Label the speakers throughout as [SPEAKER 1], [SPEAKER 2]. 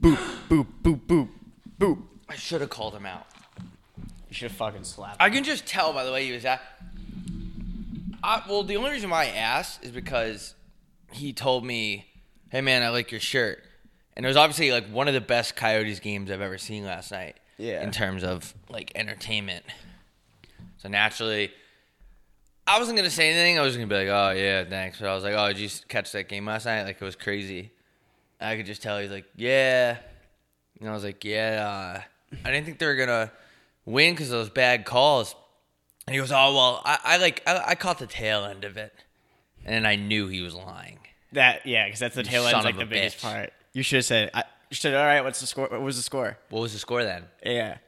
[SPEAKER 1] boop, boop, boop, boop, boop.
[SPEAKER 2] I should have called him out.
[SPEAKER 3] You should have fucking slapped.
[SPEAKER 2] I can just tell by the way he was at. I, well, the only reason why I asked is because he told me, "Hey man, I like your shirt," and it was obviously like one of the best Coyotes games I've ever seen last night.
[SPEAKER 3] Yeah.
[SPEAKER 2] In terms of like entertainment, so naturally, I wasn't gonna say anything. I was gonna be like, "Oh yeah, thanks." But I was like, "Oh, did you catch that game last night? Like it was crazy." And I could just tell he's like, "Yeah," and I was like, "Yeah." Uh, I didn't think they were gonna win because of those bad calls. And he goes, "Oh well, I, I like I, I caught the tail end of it, and I knew he was lying."
[SPEAKER 3] That yeah, because that's the tail
[SPEAKER 2] son
[SPEAKER 3] end's like
[SPEAKER 2] of
[SPEAKER 3] the
[SPEAKER 2] a
[SPEAKER 3] biggest
[SPEAKER 2] bitch.
[SPEAKER 3] part. You should have said. I you should. All right, what's the score? What was the score?
[SPEAKER 2] What was the score then?
[SPEAKER 3] Yeah.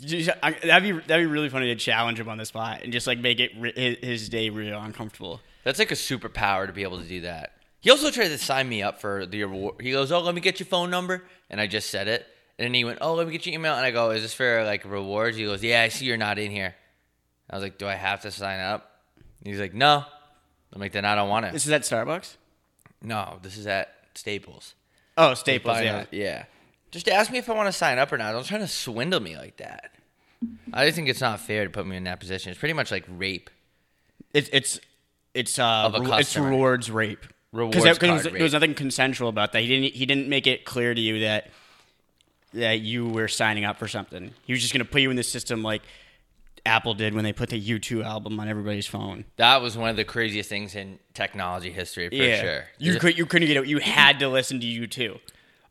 [SPEAKER 3] You should- I- that'd be that'd be really funny to challenge him on the spot and just like make it re- his, his day real uncomfortable.
[SPEAKER 2] That's like a superpower to be able to do that. He also tried to sign me up for the award. He goes, "Oh, let me get your phone number," and I just said it. And then he went, "Oh, let me get your email." And I go, "Is this for like rewards?" He goes, "Yeah, I see you're not in here." I was like, "Do I have to sign up?" And he's like, "No." I'm like, "Then I don't want
[SPEAKER 3] This
[SPEAKER 2] it."
[SPEAKER 3] is at Starbucks.
[SPEAKER 2] No, this is at Staples.
[SPEAKER 3] Oh, Staples.
[SPEAKER 2] Buy
[SPEAKER 3] Yeah.
[SPEAKER 2] another- yeah. Just ask me if I want to sign up or not. Don't try to swindle me like that. I just think it's not fair to put me in that position. It's pretty much like rape.
[SPEAKER 3] It's it's it's uh
[SPEAKER 2] Of a
[SPEAKER 3] re- it's
[SPEAKER 2] customer.
[SPEAKER 3] rewards rape.
[SPEAKER 2] Rewards
[SPEAKER 3] Because there, was-
[SPEAKER 2] card
[SPEAKER 3] there was
[SPEAKER 2] rape.
[SPEAKER 3] nothing consensual about that. He didn't he didn't make it clear to you that that you were signing up for something. He was just gonna put you in the system like Apple did when they put the U two album on everybody's phone.
[SPEAKER 2] That was one of the craziest things in technology history for sure.
[SPEAKER 3] You
[SPEAKER 2] Just-
[SPEAKER 3] could you couldn't get it. You had to listen to U two.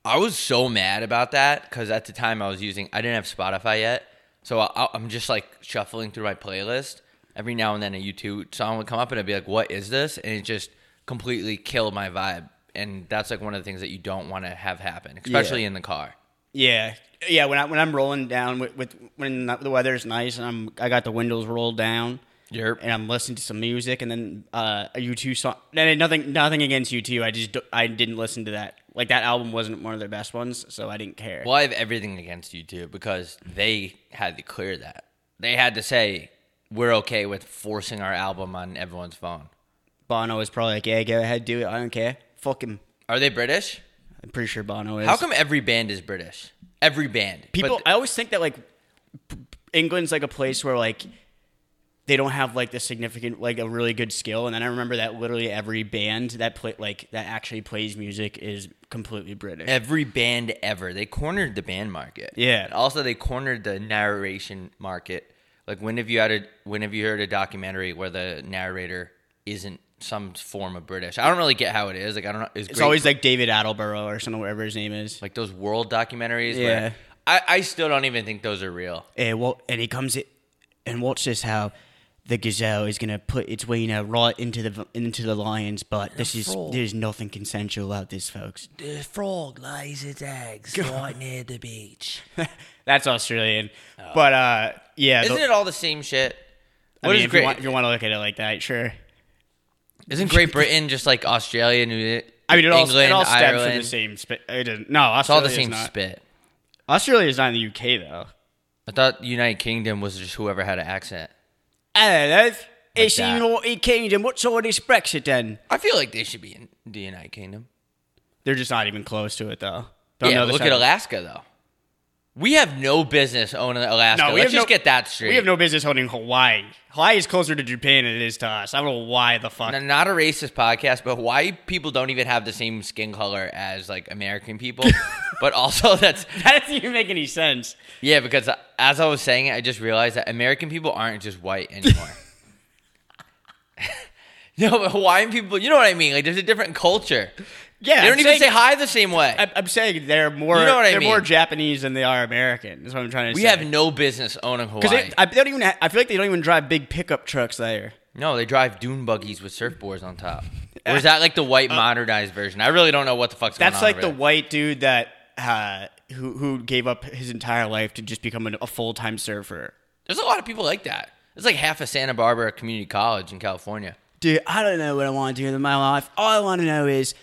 [SPEAKER 2] I was so mad about that because at the time I was using, I didn't have Spotify yet, so I, I'm just like shuffling through my playlist. Every now and then a YouTube song would come up and I'd be like, "What is this?" and it just completely killed my vibe. And that's like one of the things that you don't want to have happen, especially in the car.
[SPEAKER 3] Yeah, yeah. When I when I'm rolling down with, with when the weather's nice and I'm I got the windows rolled down.
[SPEAKER 2] You're
[SPEAKER 3] and I'm listening to some music, and then uh, a U2 song. And nothing, nothing against U2. I just d- I didn't listen to that. Like that album wasn't one of their best ones, so I didn't care.
[SPEAKER 2] Well, I have everything against YouTube because they had to clear that. They had to say we're okay with forcing our album on everyone's phone.
[SPEAKER 3] Bono was probably like, "Yeah, go ahead, do it. I don't care. Fuck him."
[SPEAKER 2] Are they British?
[SPEAKER 3] I'm pretty sure Bono is.
[SPEAKER 2] How come every band is British? Every band. But
[SPEAKER 3] people?
[SPEAKER 2] th-
[SPEAKER 3] I always think that like p- p- England's like a place where like they don't have like the significant like a really good skill. And then I remember that literally every band that play like that actually plays music is completely British.
[SPEAKER 2] every band ever. They cornered the band market.
[SPEAKER 3] Yeah.
[SPEAKER 2] And also, they cornered the narration market. Like, when have you had a when have you heard a documentary where the narrator isn't some form of British? I don't really get how it is. Like, I don't know.
[SPEAKER 3] it's always like David Attenborough or something, whatever his name is.
[SPEAKER 2] like those world documentaries.
[SPEAKER 3] Yeah.
[SPEAKER 2] Where I, I still don't even think those are real.
[SPEAKER 3] and what and he comes in and watch this how the gazelle is gonna put its wiener right into the into the lion's butt. This is there's nothing consensual about this, folks.
[SPEAKER 4] The frog lays its eggs right near the beach.
[SPEAKER 3] That's Australian, but uh, yeah.
[SPEAKER 2] Isn't
[SPEAKER 3] the-
[SPEAKER 2] it all the same shit?
[SPEAKER 3] I
[SPEAKER 2] What
[SPEAKER 3] mean,
[SPEAKER 2] is
[SPEAKER 3] if,
[SPEAKER 2] Great?
[SPEAKER 3] you want, if you want to look at it like that, sure.
[SPEAKER 2] isn't Great Britain just like Australia, New
[SPEAKER 3] I mean, it all,
[SPEAKER 2] England,
[SPEAKER 3] it all stems
[SPEAKER 2] Ireland?
[SPEAKER 3] from the same spit. It doesn't. No,
[SPEAKER 2] It's all
[SPEAKER 3] Australia
[SPEAKER 2] the same
[SPEAKER 3] is not.
[SPEAKER 2] spit.
[SPEAKER 3] Australia is not in the UK though.
[SPEAKER 2] I thought United Kingdom was just whoever had an accent.
[SPEAKER 3] Hello, it's
[SPEAKER 2] that.
[SPEAKER 3] the United Kingdom. What's all this Brexit then?
[SPEAKER 2] I feel like they should be in the United Kingdom.
[SPEAKER 3] They're just not even close to it though. Don't
[SPEAKER 2] yeah,
[SPEAKER 3] know the
[SPEAKER 2] look
[SPEAKER 3] side-
[SPEAKER 2] at Alaska though. We have no business owning Alaska.
[SPEAKER 3] No, we
[SPEAKER 2] Let's
[SPEAKER 3] have
[SPEAKER 2] just
[SPEAKER 3] no-
[SPEAKER 2] get that straight.
[SPEAKER 3] We have no business owning Hawaii. Hawaii is closer to Japan than it is to us. I don't know why the fuck.
[SPEAKER 2] Now, not a racist podcast, but why people don't even have the same skin color as like American people. but also that's
[SPEAKER 3] That doesn't even make any sense.
[SPEAKER 2] yeah, because as I was saying it, I just realized that American people aren't just white anymore. no, but Hawaiian people, you know what I mean? Like there's a different culture. They
[SPEAKER 3] Yeah,
[SPEAKER 2] don't
[SPEAKER 3] I'm
[SPEAKER 2] even
[SPEAKER 3] saying-
[SPEAKER 2] say hi the same way.
[SPEAKER 3] I'm, I'm saying they're more.
[SPEAKER 2] You know what I
[SPEAKER 3] they're more
[SPEAKER 2] mean.
[SPEAKER 3] Japanese than they are American. Is what I'm trying to
[SPEAKER 2] we
[SPEAKER 3] say.
[SPEAKER 2] have no business owning
[SPEAKER 3] because
[SPEAKER 2] Hawaii.
[SPEAKER 3] they- I they don't even. ha- I feel like they don't even drive big pickup trucks there.
[SPEAKER 2] No, they drive dune buggies with surfboards on top. Or is that like the white modernized version? I really don't know what the fuck's going on.
[SPEAKER 3] Uh, That's like
[SPEAKER 2] over
[SPEAKER 3] the
[SPEAKER 2] there.
[SPEAKER 3] white dude that uh, who who gave up his entire life to just become an, a full time surfer.
[SPEAKER 2] There's a lot of people like that. It's like half of Santa Barbara Community College in California.
[SPEAKER 3] Dude, I don't know what I want to do in my life. All I want to know is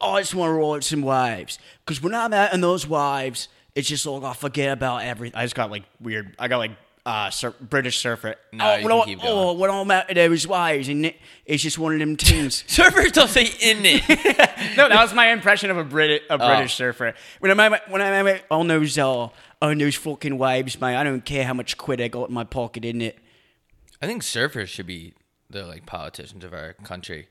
[SPEAKER 3] I just want to ride some waves. Because when I'm out in those waves, it's just like I forget about everything. I just got like weird. I got like uh, sur- British surfer.
[SPEAKER 2] No,
[SPEAKER 3] oh,
[SPEAKER 2] you
[SPEAKER 3] what
[SPEAKER 2] can
[SPEAKER 3] all-
[SPEAKER 2] keep going.
[SPEAKER 3] oh, what all matters why is in it. It's just one of them teams.
[SPEAKER 2] Surfers don't say in it.
[SPEAKER 3] no, that was my impression of a Brit a British
[SPEAKER 2] Oh.
[SPEAKER 3] surfer. When I'm at- when I'm at- on those uh, on those fucking waves, mate. I don't care how much quid I got in my pocket, in it.
[SPEAKER 2] I think surfers should be the like politicians of our country.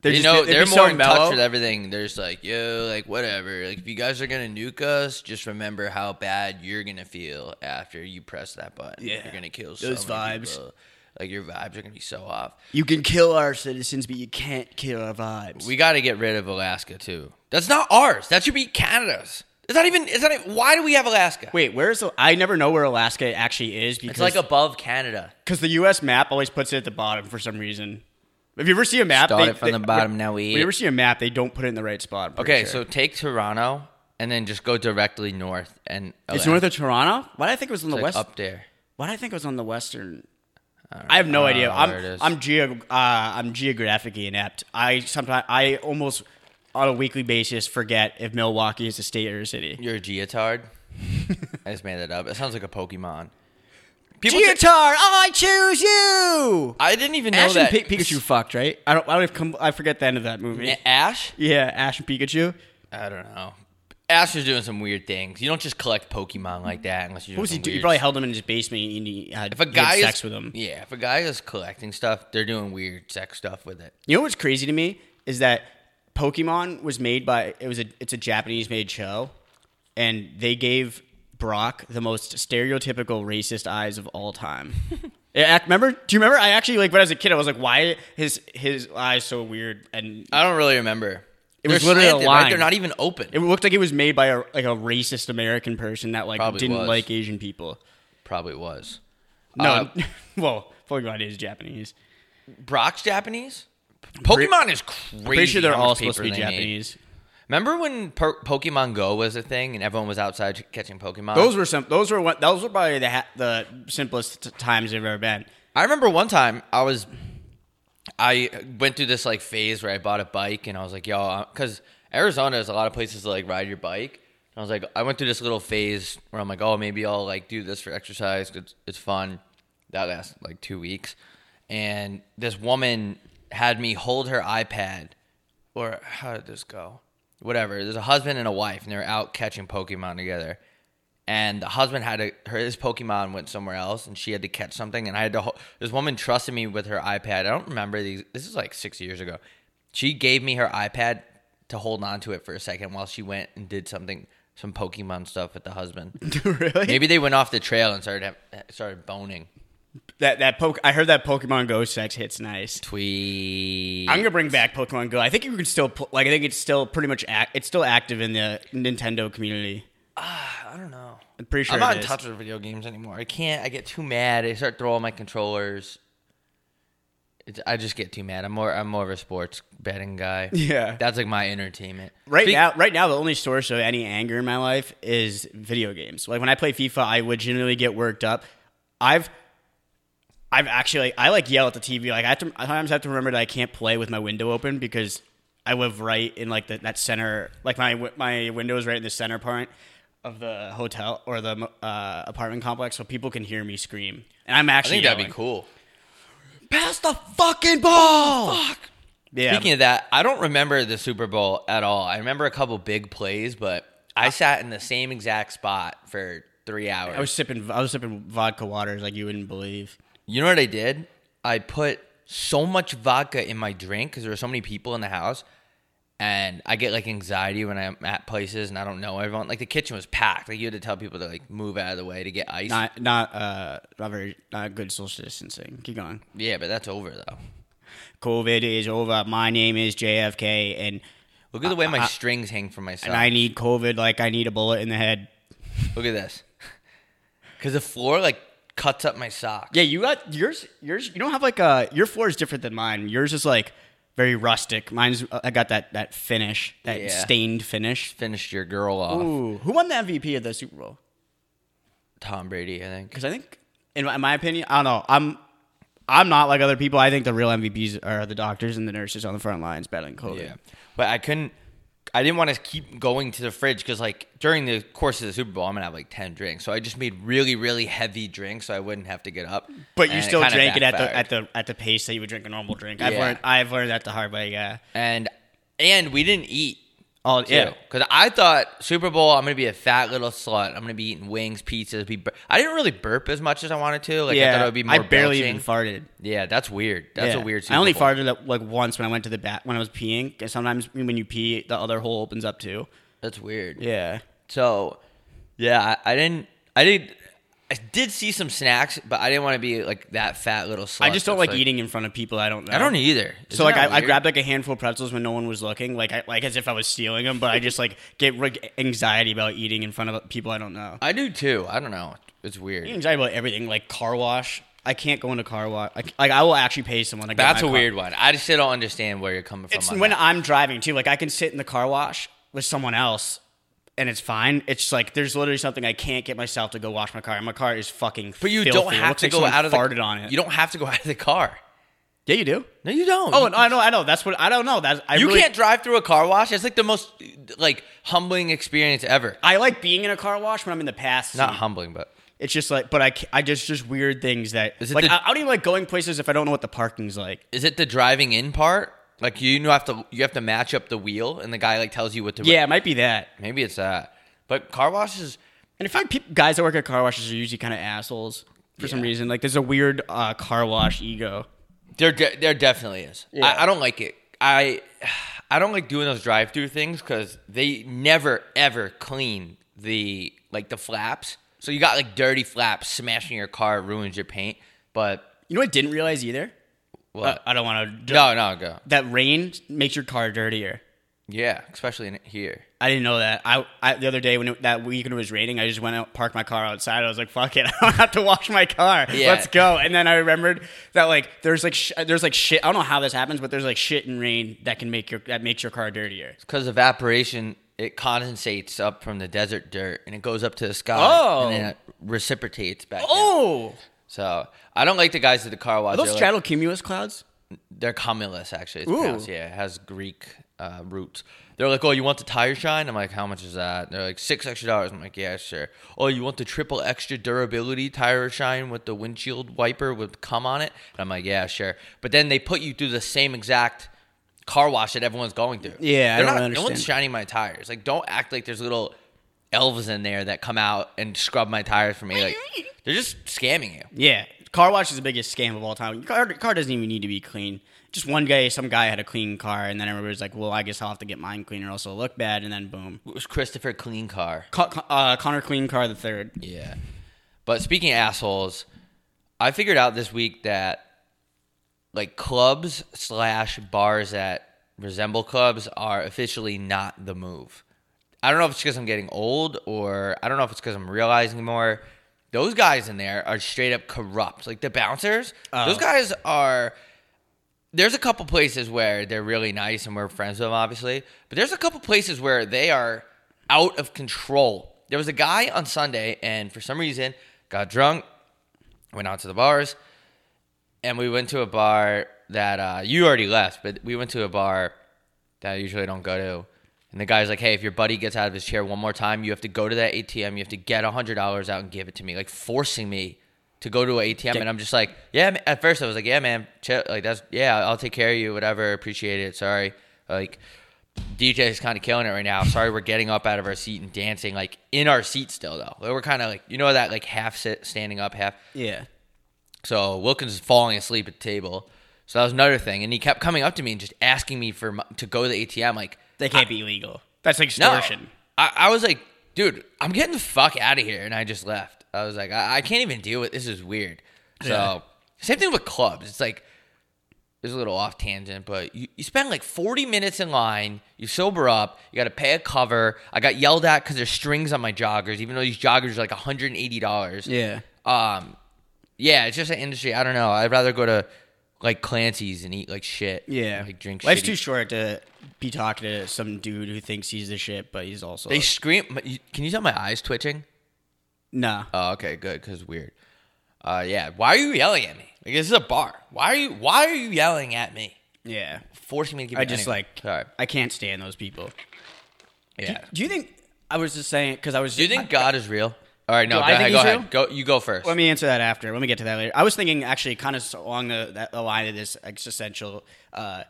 [SPEAKER 3] They're
[SPEAKER 2] you
[SPEAKER 3] just-
[SPEAKER 2] know,
[SPEAKER 3] they'd be
[SPEAKER 2] they're
[SPEAKER 3] so
[SPEAKER 2] more in
[SPEAKER 3] mellow.
[SPEAKER 2] touch with everything. They're just like, yo, like whatever. Like if you guys are gonna nuke us, just remember how bad you're gonna feel after you press that button.
[SPEAKER 3] Yeah.
[SPEAKER 2] you're gonna kill so
[SPEAKER 3] Those
[SPEAKER 2] many
[SPEAKER 3] vibes.
[SPEAKER 2] people. Like your vibes are gonna be so off.
[SPEAKER 3] You can kill our citizens, but you can't kill our vibes.
[SPEAKER 2] We got to get rid of Alaska too. That's not ours. That should be Canada's. It's not even. It's not. Even, why do we have Alaska?
[SPEAKER 3] Wait, where's the, I never know where Alaska actually is
[SPEAKER 2] it's
[SPEAKER 3] because
[SPEAKER 2] like above Canada.
[SPEAKER 3] because the U.S. map always puts it at the bottom for some reason. If you ever see a map,
[SPEAKER 2] Start
[SPEAKER 3] they-
[SPEAKER 2] it from the
[SPEAKER 3] they-
[SPEAKER 2] bottom, now we eat.
[SPEAKER 3] If you ever see a map, they don't put it in the right spot. I'm pretty
[SPEAKER 2] Okay,
[SPEAKER 3] sure.
[SPEAKER 2] so take Toronto and then just go directly north and
[SPEAKER 3] it's
[SPEAKER 2] Alaska.
[SPEAKER 3] north of Toronto. Why did I think it was on the
[SPEAKER 2] It's, like
[SPEAKER 3] west?
[SPEAKER 2] up there.
[SPEAKER 3] Why did I think it was on the western? I have no
[SPEAKER 2] I don't
[SPEAKER 3] idea.
[SPEAKER 2] know where it
[SPEAKER 3] I'm
[SPEAKER 2] is.
[SPEAKER 3] I'm geo uh, I'm geographically inept. I sometimes I almost on a weekly basis forget if Milwaukee is a state or a city.
[SPEAKER 2] You're a geotard. I just made that up. It sounds like a Pokemon. People
[SPEAKER 3] Geotar,
[SPEAKER 2] think-
[SPEAKER 3] I choose you.
[SPEAKER 2] I didn't even know
[SPEAKER 3] Ash and
[SPEAKER 2] that
[SPEAKER 3] Pi- Pikachu fucked right. I don't. I don't come. I forget the end of that movie.
[SPEAKER 2] N- eh, Ash.
[SPEAKER 3] Yeah, Ash and Pikachu.
[SPEAKER 2] I don't know. Ash is doing some weird things. You don't just collect Pokemon like that unless you're.
[SPEAKER 3] What was he
[SPEAKER 2] doing some
[SPEAKER 3] do? He
[SPEAKER 2] weird
[SPEAKER 3] probably held him in his basement and he had,
[SPEAKER 2] If a
[SPEAKER 3] he had
[SPEAKER 2] guy is,
[SPEAKER 3] sex with him.
[SPEAKER 2] yeah. If a guy is collecting stuff, they're doing weird sex stuff with it.
[SPEAKER 3] You know what's crazy to me is that Pokemon was made by it was a it's a Japanese made show, and they gave Brock the most stereotypical racist eyes of all time. yeah, ac- remember? Do you remember? I actually like when I was a kid, I was like, why his his eyes so weird, and
[SPEAKER 2] I don't really remember. It
[SPEAKER 3] was literally a line.
[SPEAKER 2] They're not even open.
[SPEAKER 3] it looked like it was made by a like a racist American person that like
[SPEAKER 2] Probably
[SPEAKER 3] didn't
[SPEAKER 2] was.
[SPEAKER 3] like Asian people.
[SPEAKER 2] Probably was.
[SPEAKER 3] No,
[SPEAKER 2] Uh,
[SPEAKER 3] well, Pokemon is Japanese.
[SPEAKER 2] Brock's Japanese. Pokemon is crazy.
[SPEAKER 3] Pretty sure they're
[SPEAKER 2] how much
[SPEAKER 3] all supposed to be
[SPEAKER 2] paper they need.
[SPEAKER 3] Japanese.
[SPEAKER 2] Remember when per- Pokemon Go was a thing and everyone was outside catching Pokemon?
[SPEAKER 3] Those were some. Those were what. Those were probably the ha- the simplest t- times they've ever been.
[SPEAKER 2] I remember one time I was, I went through this like phase where I bought a bike and I was like, yo, because Arizona has a lot of places to like ride your bike. And I was like, I went through this little phase where I'm like, oh, maybe I'll like do this for exercise. 'cause It's, it's fun. That lasted like two weeks. And this woman had me hold her iPad or how did this go? Whatever. There's a husband and a wife, and they're out catching Pokemon together. And the husband had to, her his Pokemon went somewhere else, and she had to catch something. And I had to. ho- This woman trusted me with her iPad. I don't remember these. This is like six years ago. She gave me her iPad to hold on to it for a second while she went and did something, some Pokemon stuff with the husband.
[SPEAKER 3] really?
[SPEAKER 2] Maybe they went off the trail and started have, started boning.
[SPEAKER 3] That that poke. I heard that Pokemon Go sex hits nice.
[SPEAKER 2] Tweet.
[SPEAKER 3] I'm gonna bring back Pokemon Go. I think you can still pl- like. I think it's still pretty much act. It's still active in the Nintendo community.
[SPEAKER 2] Ah, I don't know.
[SPEAKER 3] I'm pretty sure.
[SPEAKER 2] I'm not
[SPEAKER 3] it
[SPEAKER 2] in
[SPEAKER 3] is.
[SPEAKER 2] touch with video games anymore. I can't. I get too mad. I start throwing my controllers. It's, I just get too mad. I'm more. I'm more of a sports betting guy.
[SPEAKER 3] Yeah.
[SPEAKER 2] that's like my entertainment
[SPEAKER 3] Right
[SPEAKER 2] Speak-
[SPEAKER 3] now, right now, the only source of any anger in my life is video games. Like when I play FIFA, I legitimately get worked up. I've, I've actually, I like yell at the TV. Like I have to, I sometimes have to remember that I can't play with my window open because I live right in like the, that center. Like my wi- my window is right in the center part of the hotel or the uh, apartment complex, so people can hear me scream. And I'm
[SPEAKER 2] I
[SPEAKER 3] actually,
[SPEAKER 2] think that'd be
[SPEAKER 3] yelling.
[SPEAKER 2] cool.
[SPEAKER 3] Pass the fucking ball. Fuck. Yeah.
[SPEAKER 2] Oh, Speaking of that, I don't remember the Super Bowl at all. I remember a couple big plays, but I sat in the same exact spot for three hours.
[SPEAKER 3] I was sipping, I was sipping vodka waters like you wouldn't believe.
[SPEAKER 2] You know what I did? I put so much vodka in my drink because there were so many people in the house, and I get like anxiety when I'm at places and I don't know everyone. Like the kitchen was packed. Like you had to tell people to like move out of the way to get ice.
[SPEAKER 3] not not uh not very not good social distancing. Keep going.
[SPEAKER 2] yeah, but that's over though.
[SPEAKER 3] COVID is over. My name is JFK, and
[SPEAKER 2] Look at the way my strings hang from myself.
[SPEAKER 3] Uh, and I need COVID like I need a bullet in the head.
[SPEAKER 2] Look at this. Because the floor like cuts up my sock.
[SPEAKER 3] Yeah, you got yours. Yours. You don't have like a your floor is different than mine. Yours is like very rustic. Mine's uh, I got that that finish, that
[SPEAKER 2] Yeah.
[SPEAKER 3] stained finish.
[SPEAKER 2] Finished your girl off.
[SPEAKER 3] Ooh, who won the MVP of the Super Bowl?
[SPEAKER 2] Tom Brady, I think.
[SPEAKER 3] Because I think, in my, in my opinion, I don't know. I'm. I'm not like other people. I think the real MVPs are the doctors and the nurses on the front lines battling COVID.
[SPEAKER 2] Yeah. But I couldn't. I didn't want to keep going to the fridge because like during the course of the Super Bowl, I'm gonna have like ten drinks. So I just made really, really heavy drinks so I wouldn't have to get up.
[SPEAKER 3] But you
[SPEAKER 2] And
[SPEAKER 3] still
[SPEAKER 2] kinda
[SPEAKER 3] drank it at the
[SPEAKER 2] backfired.
[SPEAKER 3] at the at the pace that you would drink a normal drink. I've
[SPEAKER 2] Yeah.
[SPEAKER 3] learned I've learned that the hard way. Yeah.
[SPEAKER 2] and and we didn't eat.
[SPEAKER 3] Oh
[SPEAKER 2] Yeah, because I thought Super Bowl, I'm gonna be a fat little slut. I'm gonna be eating wings, pizzas. Be bur- I didn't really burp as much as I wanted to. Like I
[SPEAKER 3] yeah.
[SPEAKER 2] thought it would be more.
[SPEAKER 3] barely
[SPEAKER 2] belching.
[SPEAKER 3] even farted.
[SPEAKER 2] Yeah, that's weird. That's
[SPEAKER 3] Yeah.
[SPEAKER 2] a weird. Super
[SPEAKER 3] I only
[SPEAKER 2] Bowl.
[SPEAKER 3] farted up, like once when I went to the bat when I was peeing. 'cause sometimes when you pee, the other hole opens up too.
[SPEAKER 2] That's weird.
[SPEAKER 3] Yeah.
[SPEAKER 2] So, yeah, I, I didn't. I did. I did see some snacks, but I didn't want to be like that fat little slut.
[SPEAKER 3] I just don't
[SPEAKER 2] that's,
[SPEAKER 3] like, eating in front of people I don't know.
[SPEAKER 2] I don't e-, either.
[SPEAKER 3] So like I, I grabbed like a handful of pretzels when no one was looking, like I, like as if I was stealing them, but I just like get like, anxiety about eating in front of people I don't know.
[SPEAKER 2] I do too. I don't know. It's weird.
[SPEAKER 3] anxiety about everything, like car wash. I can't go into car wash. Like, like I will actually pay someone. To get
[SPEAKER 2] That's
[SPEAKER 3] my
[SPEAKER 2] a
[SPEAKER 3] car-
[SPEAKER 2] weird one. I just still don't understand where you're coming from.
[SPEAKER 3] It's
[SPEAKER 2] on
[SPEAKER 3] when
[SPEAKER 2] that.
[SPEAKER 3] I'm driving too. Like I can sit in the car wash with someone else, and it's fine. It's just, like there's literally something I can't get myself to go wash my car. And my car is fucking.
[SPEAKER 2] but you
[SPEAKER 3] filthy.
[SPEAKER 2] don't
[SPEAKER 3] It
[SPEAKER 2] have
[SPEAKER 3] looks
[SPEAKER 2] to
[SPEAKER 3] like
[SPEAKER 2] go
[SPEAKER 3] someone
[SPEAKER 2] out of
[SPEAKER 3] farted
[SPEAKER 2] the,
[SPEAKER 3] on it.
[SPEAKER 2] You don't have to go out of the car.
[SPEAKER 3] Yeah, you do.
[SPEAKER 2] No, you don't.
[SPEAKER 3] Oh,
[SPEAKER 2] you,
[SPEAKER 3] no, I know, I know. That's what I don't know. That I
[SPEAKER 2] you
[SPEAKER 3] really-
[SPEAKER 2] can't drive through a car wash. It's like the most like humbling experience ever.
[SPEAKER 3] I like being in a car wash when I'm in the past.
[SPEAKER 2] Not humbling, but
[SPEAKER 3] It's just like, but I, ca- I just, just weird things that,
[SPEAKER 2] Is it
[SPEAKER 3] like,
[SPEAKER 2] the-
[SPEAKER 3] I, I don't even like going places if I don't know what the parking's like.
[SPEAKER 2] is it the driving in part? Like you know, have to you have to match up the wheel, and the guy like tells you what to.
[SPEAKER 3] Yeah, it might be that.
[SPEAKER 2] Maybe it's that. But car washes,
[SPEAKER 3] And I find peop guys that work at car washes are usually kind of assholes for some
[SPEAKER 2] Yeah.
[SPEAKER 3] reason. Like, there's a weird uh, car wash ego.
[SPEAKER 2] there de- there definitely is. I, I don't like it. I I don't like doing those drive through things because they never ever clean the like the flaps. So you got like dirty flaps smashing your car ruins your paint. But
[SPEAKER 3] You know what I didn't realize either? Uh,
[SPEAKER 2] what?
[SPEAKER 3] I don't want to.
[SPEAKER 2] no, no, go.
[SPEAKER 3] That rain makes your car dirtier.
[SPEAKER 2] Yeah, especially in here.
[SPEAKER 3] I didn't know that. I, I the other day when it, that week when it was raining, I just went out, parked my car outside. I was like, "Fuck it, I don't have to wash my car.
[SPEAKER 2] Yeah.
[SPEAKER 3] Let's go." And then I remembered that like there's like sh- there's like shit. I don't know how this happens, but there's like shit and rain that can make your that makes your car dirtier.
[SPEAKER 2] Because evaporation, it condensates up from the desert dirt and it goes up to the sky.
[SPEAKER 3] Oh.
[SPEAKER 2] And then it reciprocates back. down.
[SPEAKER 3] Oh,
[SPEAKER 2] So I don't like the guys at the car wash.
[SPEAKER 3] are those
[SPEAKER 2] They're like-
[SPEAKER 3] straddle cumulus clouds?
[SPEAKER 2] They're cumulus, actually. It's
[SPEAKER 3] Ooh.
[SPEAKER 2] pronounced, yeah. It has Greek uh, roots. They're like, oh, you want the tire shine? I'm like, how much is that? They're like, six extra dollars. I'm like, yeah, sure. Oh, you want the triple extra durability tire shine with the windshield wiper with cum on it? And I'm like, yeah, sure. But then they put you through the same exact car wash that everyone's going through.
[SPEAKER 3] Yeah, I
[SPEAKER 2] They're
[SPEAKER 3] don't
[SPEAKER 2] not- No
[SPEAKER 3] understand.
[SPEAKER 2] one's shining my tires. Like, don't act like there's little elves in there that come out and scrub my tires for me. Like, they're just scamming you.
[SPEAKER 3] Yeah, car wash is the biggest scam of all time. Your car, car doesn't even need to be clean. Just one day, some guy had a clean car, and then everybody's like, "Well, I guess I'll have to get mine clean, or else it'll look bad." And then boom,
[SPEAKER 2] It was Christopher Clean Car.
[SPEAKER 3] Co- Con- uh, Connor Clean Car the third.
[SPEAKER 2] Yeah. But speaking of assholes, I figured out this week that like clubs slash bars that resemble clubs are officially not the move. I don't know if it's because I'm getting old or I don't know if it's because I'm realizing more. Those guys in there are straight up corrupt. Like the bouncers, those guys are. There's a couple places where they're really nice and we're friends with them, obviously. But there's a couple places where they are out of control. There was a guy on Sunday and for some reason got drunk, went out to the bars, and we went to a bar that uh, you already left, but we went to a bar that I usually don't go to. And the guy's like, "Hey, if your buddy gets out of his chair one more time, you have to go to that ATM. You have to get hundred dollars out and give it to me, like forcing me to go to an ATM." And I'm just like, "Yeah." ma- At first, I was like, "Yeah, man, chill. like that's yeah, I'll take care of you, whatever. Appreciate it. Sorry." Like DJ is kind of killing it right now. Sorry, we're getting up out of our seat and dancing, like in our seat still though. Like, we're kind of like you know that like half sit, standing up, half.
[SPEAKER 3] Yeah.
[SPEAKER 2] So Wilkins is falling asleep at the table. So that was another thing, and he kept coming up to me and just asking me for mo- to go to the ATM. Like,
[SPEAKER 3] They can't be illegal. That's
[SPEAKER 2] no,
[SPEAKER 3] extortion.
[SPEAKER 2] I, I was like, dude, I'm getting the fuck out of here, and I just left. I was like, I, I can't even deal with this. Is weird. So same thing with clubs. It's like this is a little off tangent, but you, you spend like 40 minutes in line, you sober up, you got to pay a cover. I got yelled at because there's strings on my joggers, even though these joggers are like 180 dollars.
[SPEAKER 3] Yeah.
[SPEAKER 2] Um, yeah, it's just an industry. I don't know. I'd rather go to like Clancy's and eat like shit.
[SPEAKER 3] Yeah.
[SPEAKER 2] and, like drink.
[SPEAKER 3] Life's
[SPEAKER 2] shitty-
[SPEAKER 3] too short to be talking to some dude who thinks he's the shit, but he's also
[SPEAKER 2] They scream. my- you- Can you tell my eyes twitching?
[SPEAKER 3] nah.
[SPEAKER 2] Oh, okay, good. Cause weird. Uh, yeah. Why are you yelling at me? Like this is a bar. Why are you? Why are you yelling at me?
[SPEAKER 3] Yeah.
[SPEAKER 2] Forcing me to give.
[SPEAKER 3] I
[SPEAKER 2] you-
[SPEAKER 3] just
[SPEAKER 2] anyway,
[SPEAKER 3] like
[SPEAKER 2] Sorry.
[SPEAKER 3] I can't stand those people.
[SPEAKER 2] Yeah.
[SPEAKER 3] Do you think I was just saying because I was?
[SPEAKER 2] Do you think God is real? All right, no,
[SPEAKER 3] Do
[SPEAKER 2] go
[SPEAKER 3] I think
[SPEAKER 2] ahead. Go
[SPEAKER 3] he's
[SPEAKER 2] ahead. Go, you go first.
[SPEAKER 3] Let me answer that after. Let me get to that later. I was thinking actually kind of along the, that, the line of this existential uh,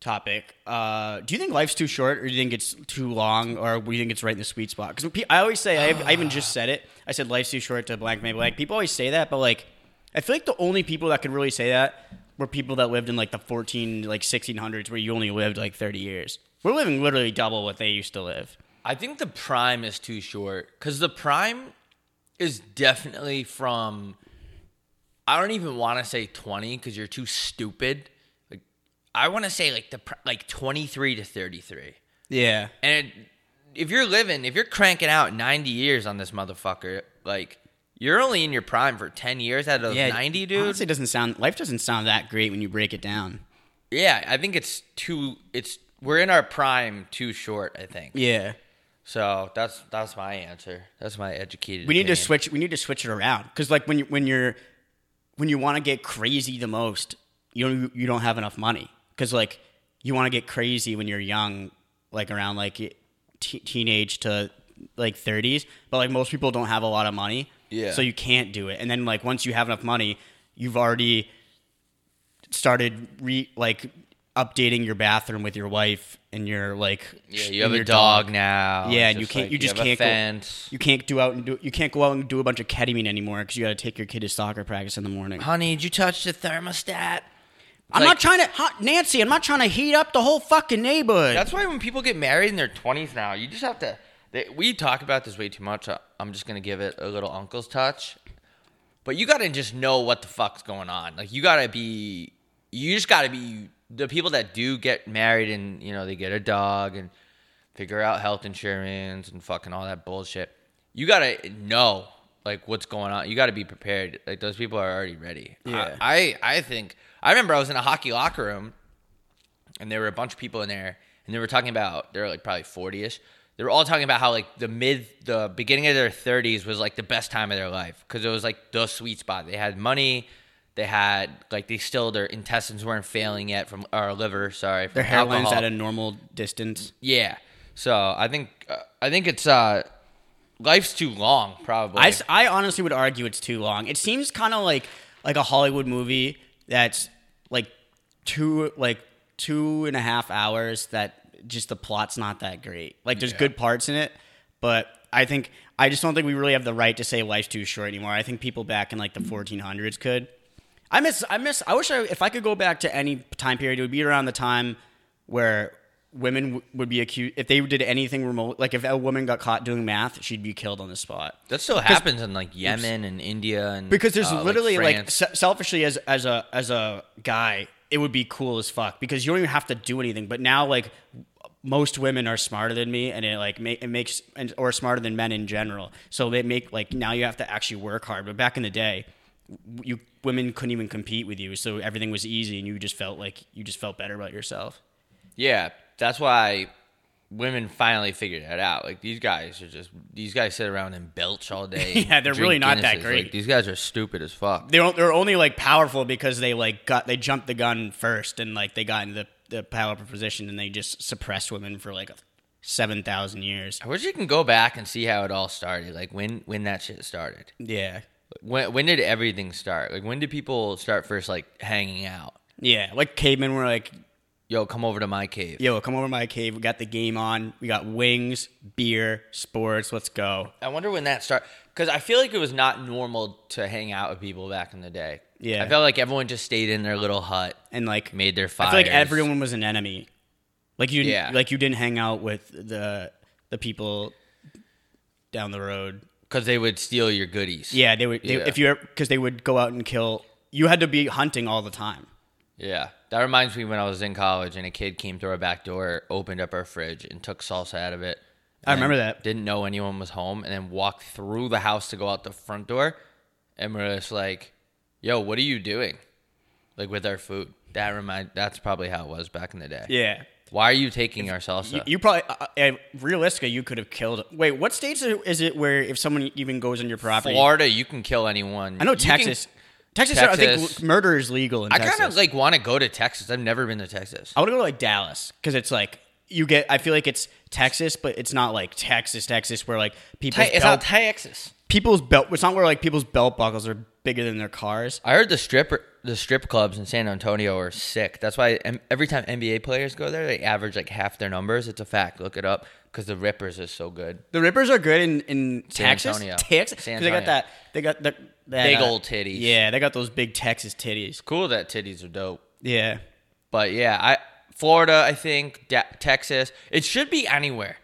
[SPEAKER 3] topic. Uh, do you think life's too short, or do you think it's too long, or do you think it's right in the sweet spot? Because I always say, I, I even just said it. I said life's too short to blank may blank. People always say that, but like, I feel like the only people that could really say that were people that lived in like the fourteen, like sixteen hundreds, where you only lived like thirty years. We're living literally double what they used to live.
[SPEAKER 2] I think the prime is too short because the prime is definitely from. I don't even want to say twenty because you're too stupid. Like, I want to say like the pr- like twenty three to thirty three.
[SPEAKER 3] Yeah.
[SPEAKER 2] And it, if you're living, if you're cranking out 90 years on this motherfucker, like you're only in your prime for 10 years out of 90, dude.
[SPEAKER 3] Honestly, doesn't sound life doesn't sound that great when you break it down.
[SPEAKER 2] yeah, I think it's too it's we're in our prime too short, I think.
[SPEAKER 3] Yeah.
[SPEAKER 2] So that's that's my answer. That's my educated.
[SPEAKER 3] We need to
[SPEAKER 2] opinion.
[SPEAKER 3] switch. We need to switch it around because, like, when you when you're when you want to get crazy the most, you don't you don't have enough money because, like, you want to get crazy when you're young, like around like te- teenage to like 30s. But like most people don't have a lot of money,
[SPEAKER 2] Yeah.
[SPEAKER 3] So you can't do it. And then like once you have enough money, you've already started re like updating your bathroom with your wife and your like
[SPEAKER 2] Yeah,
[SPEAKER 3] sh-
[SPEAKER 2] you have
[SPEAKER 3] and
[SPEAKER 2] a
[SPEAKER 3] your
[SPEAKER 2] dog, now.
[SPEAKER 3] yeah,
[SPEAKER 2] It's
[SPEAKER 3] and you
[SPEAKER 2] just
[SPEAKER 3] can't.
[SPEAKER 2] like
[SPEAKER 3] you just
[SPEAKER 2] have a
[SPEAKER 3] can't.
[SPEAKER 2] fence.
[SPEAKER 3] Go, you can't go out and do. You can't go out and do a bunch of ketamine anymore because you got to take your kid to soccer practice in the morning.
[SPEAKER 2] Honey, did you touch the thermostat?
[SPEAKER 3] I'm
[SPEAKER 2] like-
[SPEAKER 3] not trying to, huh, Nancy. I'm not trying to heat up the whole fucking neighborhood.
[SPEAKER 2] That's why when people get married in their 20s now, you just have to. They, we talk about this way too much. I- I'm just going to give it a little uncle's touch. But you got to just know what the fuck's going on. Like, you got to be. You just got to be. The people that do get married and, you know, they get a dog and figure out health insurance and fucking all that bullshit, you got to know, like, what's going on. You got to be prepared. Like, those people are already ready.
[SPEAKER 3] Yeah.
[SPEAKER 2] I, I, I think. I remember I was in a hockey locker room and there were a bunch of people in there, and they were talking about they're like probably forty ish. They were all talking about how like the mid, the beginning of their thirties was like the best time of their life because it was like the sweet spot. They had money, they had like they still their intestines weren't failing yet from our liver. Sorry, from
[SPEAKER 3] Their hairline's
[SPEAKER 2] alcohol.
[SPEAKER 3] at a normal distance.
[SPEAKER 2] yeah. So I think uh, I think it's uh life's too long probably.
[SPEAKER 3] I, s- I honestly would argue it's too long. It seems kind of like like a Hollywood movie that's like two like two and a half hours that just the plot's not that great. Like there's good parts in it, but I think I just don't think we really have the right to say life's too short anymore. I think people back in like the 1400s could. I miss I miss I wish I if I could go back to any time period it would be around the time where women w- would be accused if they did anything remote like if a woman got caught doing math she'd be killed on the spot
[SPEAKER 2] that still happens in like Yemen and India and
[SPEAKER 3] because there's
[SPEAKER 2] uh, like,
[SPEAKER 3] literally like,
[SPEAKER 2] France.
[SPEAKER 3] se- selfishly as as a as a guy it would be cool as fuck because you don't even have to do anything but now like most women are smarter than me and it like ma- it makes and or smarter than men in general so they make like now you have to actually work hard but back in the day w- you women couldn't even compete with you so everything was easy and you just felt like you just felt better about yourself
[SPEAKER 2] Yeah, that's why women finally figured that out. Like these guys are just these guys sit around and belch all day.
[SPEAKER 3] Yeah, they're
[SPEAKER 2] drink
[SPEAKER 3] really not that
[SPEAKER 2] Guinnesses.
[SPEAKER 3] great.
[SPEAKER 2] Like, these guys are stupid as fuck.
[SPEAKER 3] they're they're only like powerful because they like got they jumped the gun first and like they got in the the power position and they just suppressed women for like seven thousand years.
[SPEAKER 2] I wish you can go back and see how it all started. Like when when that shit started.
[SPEAKER 3] Yeah,
[SPEAKER 2] When when did everything start? Like when did people start first like hanging out?
[SPEAKER 3] yeah. Like cavemen were like,
[SPEAKER 2] Yo, come over to my cave.
[SPEAKER 3] "Yo, come over to my cave. We got the game on. We got wings, beer, sports. Let's go."
[SPEAKER 2] I wonder when that started because I feel like it was not normal to hang out with people back in the day.
[SPEAKER 3] Yeah.
[SPEAKER 2] I felt like everyone just stayed in their little hut,
[SPEAKER 3] And like,
[SPEAKER 2] made their
[SPEAKER 3] I
[SPEAKER 2] fires.
[SPEAKER 3] feel like everyone was an enemy. Like you,
[SPEAKER 2] Yeah.
[SPEAKER 3] like you didn't hang out with the the people down the road.
[SPEAKER 2] because they would steal your goodies.
[SPEAKER 3] Yeah, they would. They,
[SPEAKER 2] Yeah.
[SPEAKER 3] If you because they would go out and kill. You had to be hunting all the time.
[SPEAKER 2] Yeah. That reminds me when I was in college and a kid came through our back door, opened up our fridge, and took salsa out of it.
[SPEAKER 3] I
[SPEAKER 2] and
[SPEAKER 3] remember that.
[SPEAKER 2] Didn't know anyone was home and then walked through the house to go out the front door. And we're just like, yo, what are you doing? Like with our food. That remind that's probably how it was back in the day.
[SPEAKER 3] Yeah.
[SPEAKER 2] Why are you taking our salsa?
[SPEAKER 3] You, you probably uh, uh, realistically you could have killed. Wait, what states are- is it where if someone even goes on your property?
[SPEAKER 2] Florida, you can kill anyone.
[SPEAKER 3] I know
[SPEAKER 2] You can-
[SPEAKER 3] Texas. Texas, I think
[SPEAKER 2] Texas.
[SPEAKER 3] l- murder is legal in
[SPEAKER 2] I
[SPEAKER 3] Texas.
[SPEAKER 2] kind of like want to go to Texas. I've never been to Texas.
[SPEAKER 3] I want to go to like Dallas because it's like you get. I feel like it's Texas, but it's not like Texas, Texas, where like people's
[SPEAKER 2] It's
[SPEAKER 3] belt,
[SPEAKER 2] not Texas.
[SPEAKER 3] people's belt. It's not where like people's belt buckles are bigger than their cars.
[SPEAKER 2] I heard the stripper, the strip clubs in San Antonio are sick. That's why em- every time NBA players go there, they average like half their numbers. It's a fact. Look it up because the Rippers is so good.
[SPEAKER 3] The Rippers are good in in
[SPEAKER 2] San
[SPEAKER 3] Texas.
[SPEAKER 2] Antonio.
[SPEAKER 3] Texas, 'Cause
[SPEAKER 2] San
[SPEAKER 3] they got
[SPEAKER 2] Antonio.
[SPEAKER 3] that. They got the that,
[SPEAKER 2] Big old titties.
[SPEAKER 3] Yeah, they got those big Texas titties.
[SPEAKER 2] Cool that titties are dope.
[SPEAKER 3] Yeah,
[SPEAKER 2] But yeah, I Florida, I think da- Texas. It should be anywhere.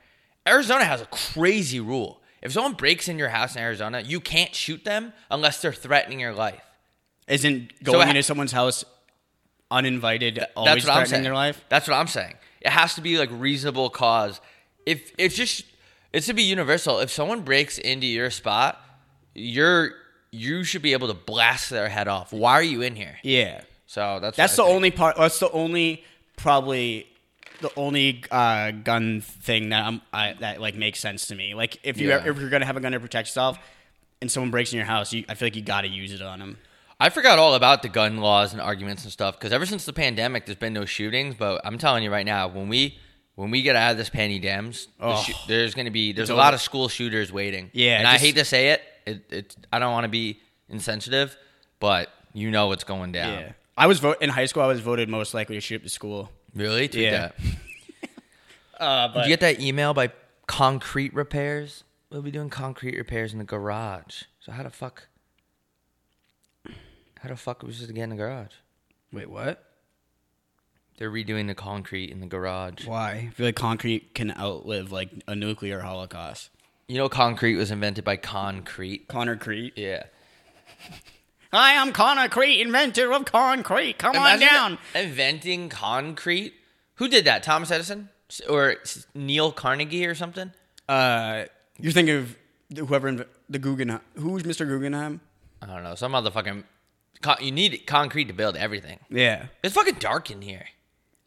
[SPEAKER 2] Arizona has a crazy rule. If someone breaks in your house in Arizona, you can't shoot them unless they're threatening your life.
[SPEAKER 3] isn't going
[SPEAKER 2] ha-
[SPEAKER 3] into someone's house uninvited always
[SPEAKER 2] That's what I'm
[SPEAKER 3] threatening
[SPEAKER 2] saying.
[SPEAKER 3] their life?
[SPEAKER 2] That's what I'm saying. It has to be like reasonable cause. If it's just it should be universal. If someone breaks into your spot, you're you should be able to blast their head off. Why are you in here?
[SPEAKER 3] Yeah,
[SPEAKER 2] So that's
[SPEAKER 3] that's
[SPEAKER 2] what
[SPEAKER 3] the
[SPEAKER 2] I think.
[SPEAKER 3] only part. That's the only probably the only uh, gun thing that I'm I, that like makes sense to me. Like if you e,
[SPEAKER 2] Yeah.
[SPEAKER 3] if you're gonna have a gun to protect yourself, and someone breaks in your house, you, I feel like you got to use it on them.
[SPEAKER 2] I forgot all about the gun laws and arguments and stuff because ever since the pandemic, there's been no shootings. But I'm telling you right now, when we when we get out of this pandy dems, the
[SPEAKER 3] Oh.
[SPEAKER 2] shoo- there's going to be there's a
[SPEAKER 3] Don't-
[SPEAKER 2] lot of school shooters waiting.
[SPEAKER 3] Yeah,
[SPEAKER 2] and I
[SPEAKER 3] just-
[SPEAKER 2] hate to say it, it, it I don't want to be insensitive, but you know what's going down.
[SPEAKER 3] Yeah, I was vote in high school. I was voted most likely to shoot up the school.
[SPEAKER 2] Really? Tweet
[SPEAKER 3] Yeah.
[SPEAKER 2] that.
[SPEAKER 3] Uh, but
[SPEAKER 2] Did you get that email by Concrete Repairs? We'll be doing concrete repairs in the garage. So how the fuck? How the fuck was it get in the garage?
[SPEAKER 3] wait, what?
[SPEAKER 2] They're redoing the concrete in the garage.
[SPEAKER 3] Why? I feel like concrete can outlive like a nuclear holocaust.
[SPEAKER 2] You know, concrete was invented by concrete.
[SPEAKER 3] Connor Crete.
[SPEAKER 2] Yeah.
[SPEAKER 3] Hi, I'm Connor Crete, inventor of concrete. Come on down.
[SPEAKER 2] inventing concrete. Who did that? Thomas Edison S- or S- Neil Carnegie or something?
[SPEAKER 3] Uh, you're thinking of whoever inv- the Guggenheim. Who's Mr. Guggenheim?
[SPEAKER 2] I don't know. Some motherfucking. Con- you need concrete to build everything.
[SPEAKER 3] Yeah,
[SPEAKER 2] It's fucking dark in here.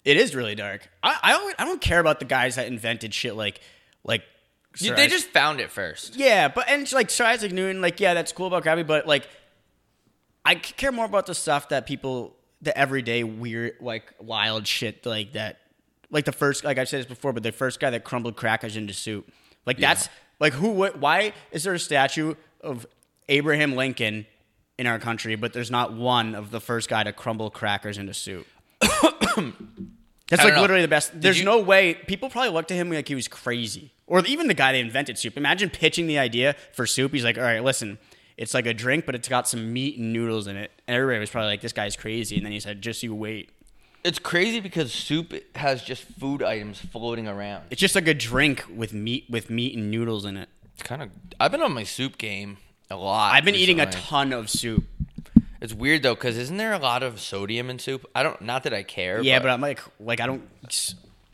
[SPEAKER 3] it is really dark. I I don't, I don't care about the guys that invented shit like like.
[SPEAKER 2] You-
[SPEAKER 3] Sir
[SPEAKER 2] they
[SPEAKER 3] Isaac-
[SPEAKER 2] just found it first.
[SPEAKER 3] yeah, but and like Sir Isaac Newton, like yeah, that's cool about gravity, but like I c- care more about the stuff that people, the everyday weird, like wild shit, like that, like the first, like I've said this before, but the first guy that crumbled crackers into soup, like that's like who, what, why is there a statue of Abraham Lincoln in our country, but there's not one of the first guy to crumble crackers into soup? That's
[SPEAKER 2] I don't
[SPEAKER 3] like
[SPEAKER 2] know.
[SPEAKER 3] literally the best. There's
[SPEAKER 2] you-
[SPEAKER 3] no way people probably looked at him like he was crazy, or even the guy that invented soup. Imagine pitching the idea for soup. He's like, "All right, listen, it's like a drink, but it's got some meat and noodles in it." And everybody was probably like, "This guy's crazy." And then he said, "Just you wait.
[SPEAKER 2] It's crazy because soup has just food items floating around.
[SPEAKER 3] It's just like a drink with meat with meat and noodles in it."
[SPEAKER 2] It's kind of. I've been on my soup game a lot.
[SPEAKER 3] I've been eating a
[SPEAKER 2] recently.
[SPEAKER 3] ton of soup.
[SPEAKER 2] It's weird though, because isn't there a lot of sodium in soup? I don't. Not that I care.
[SPEAKER 3] Yeah, but I'm like, like I don't.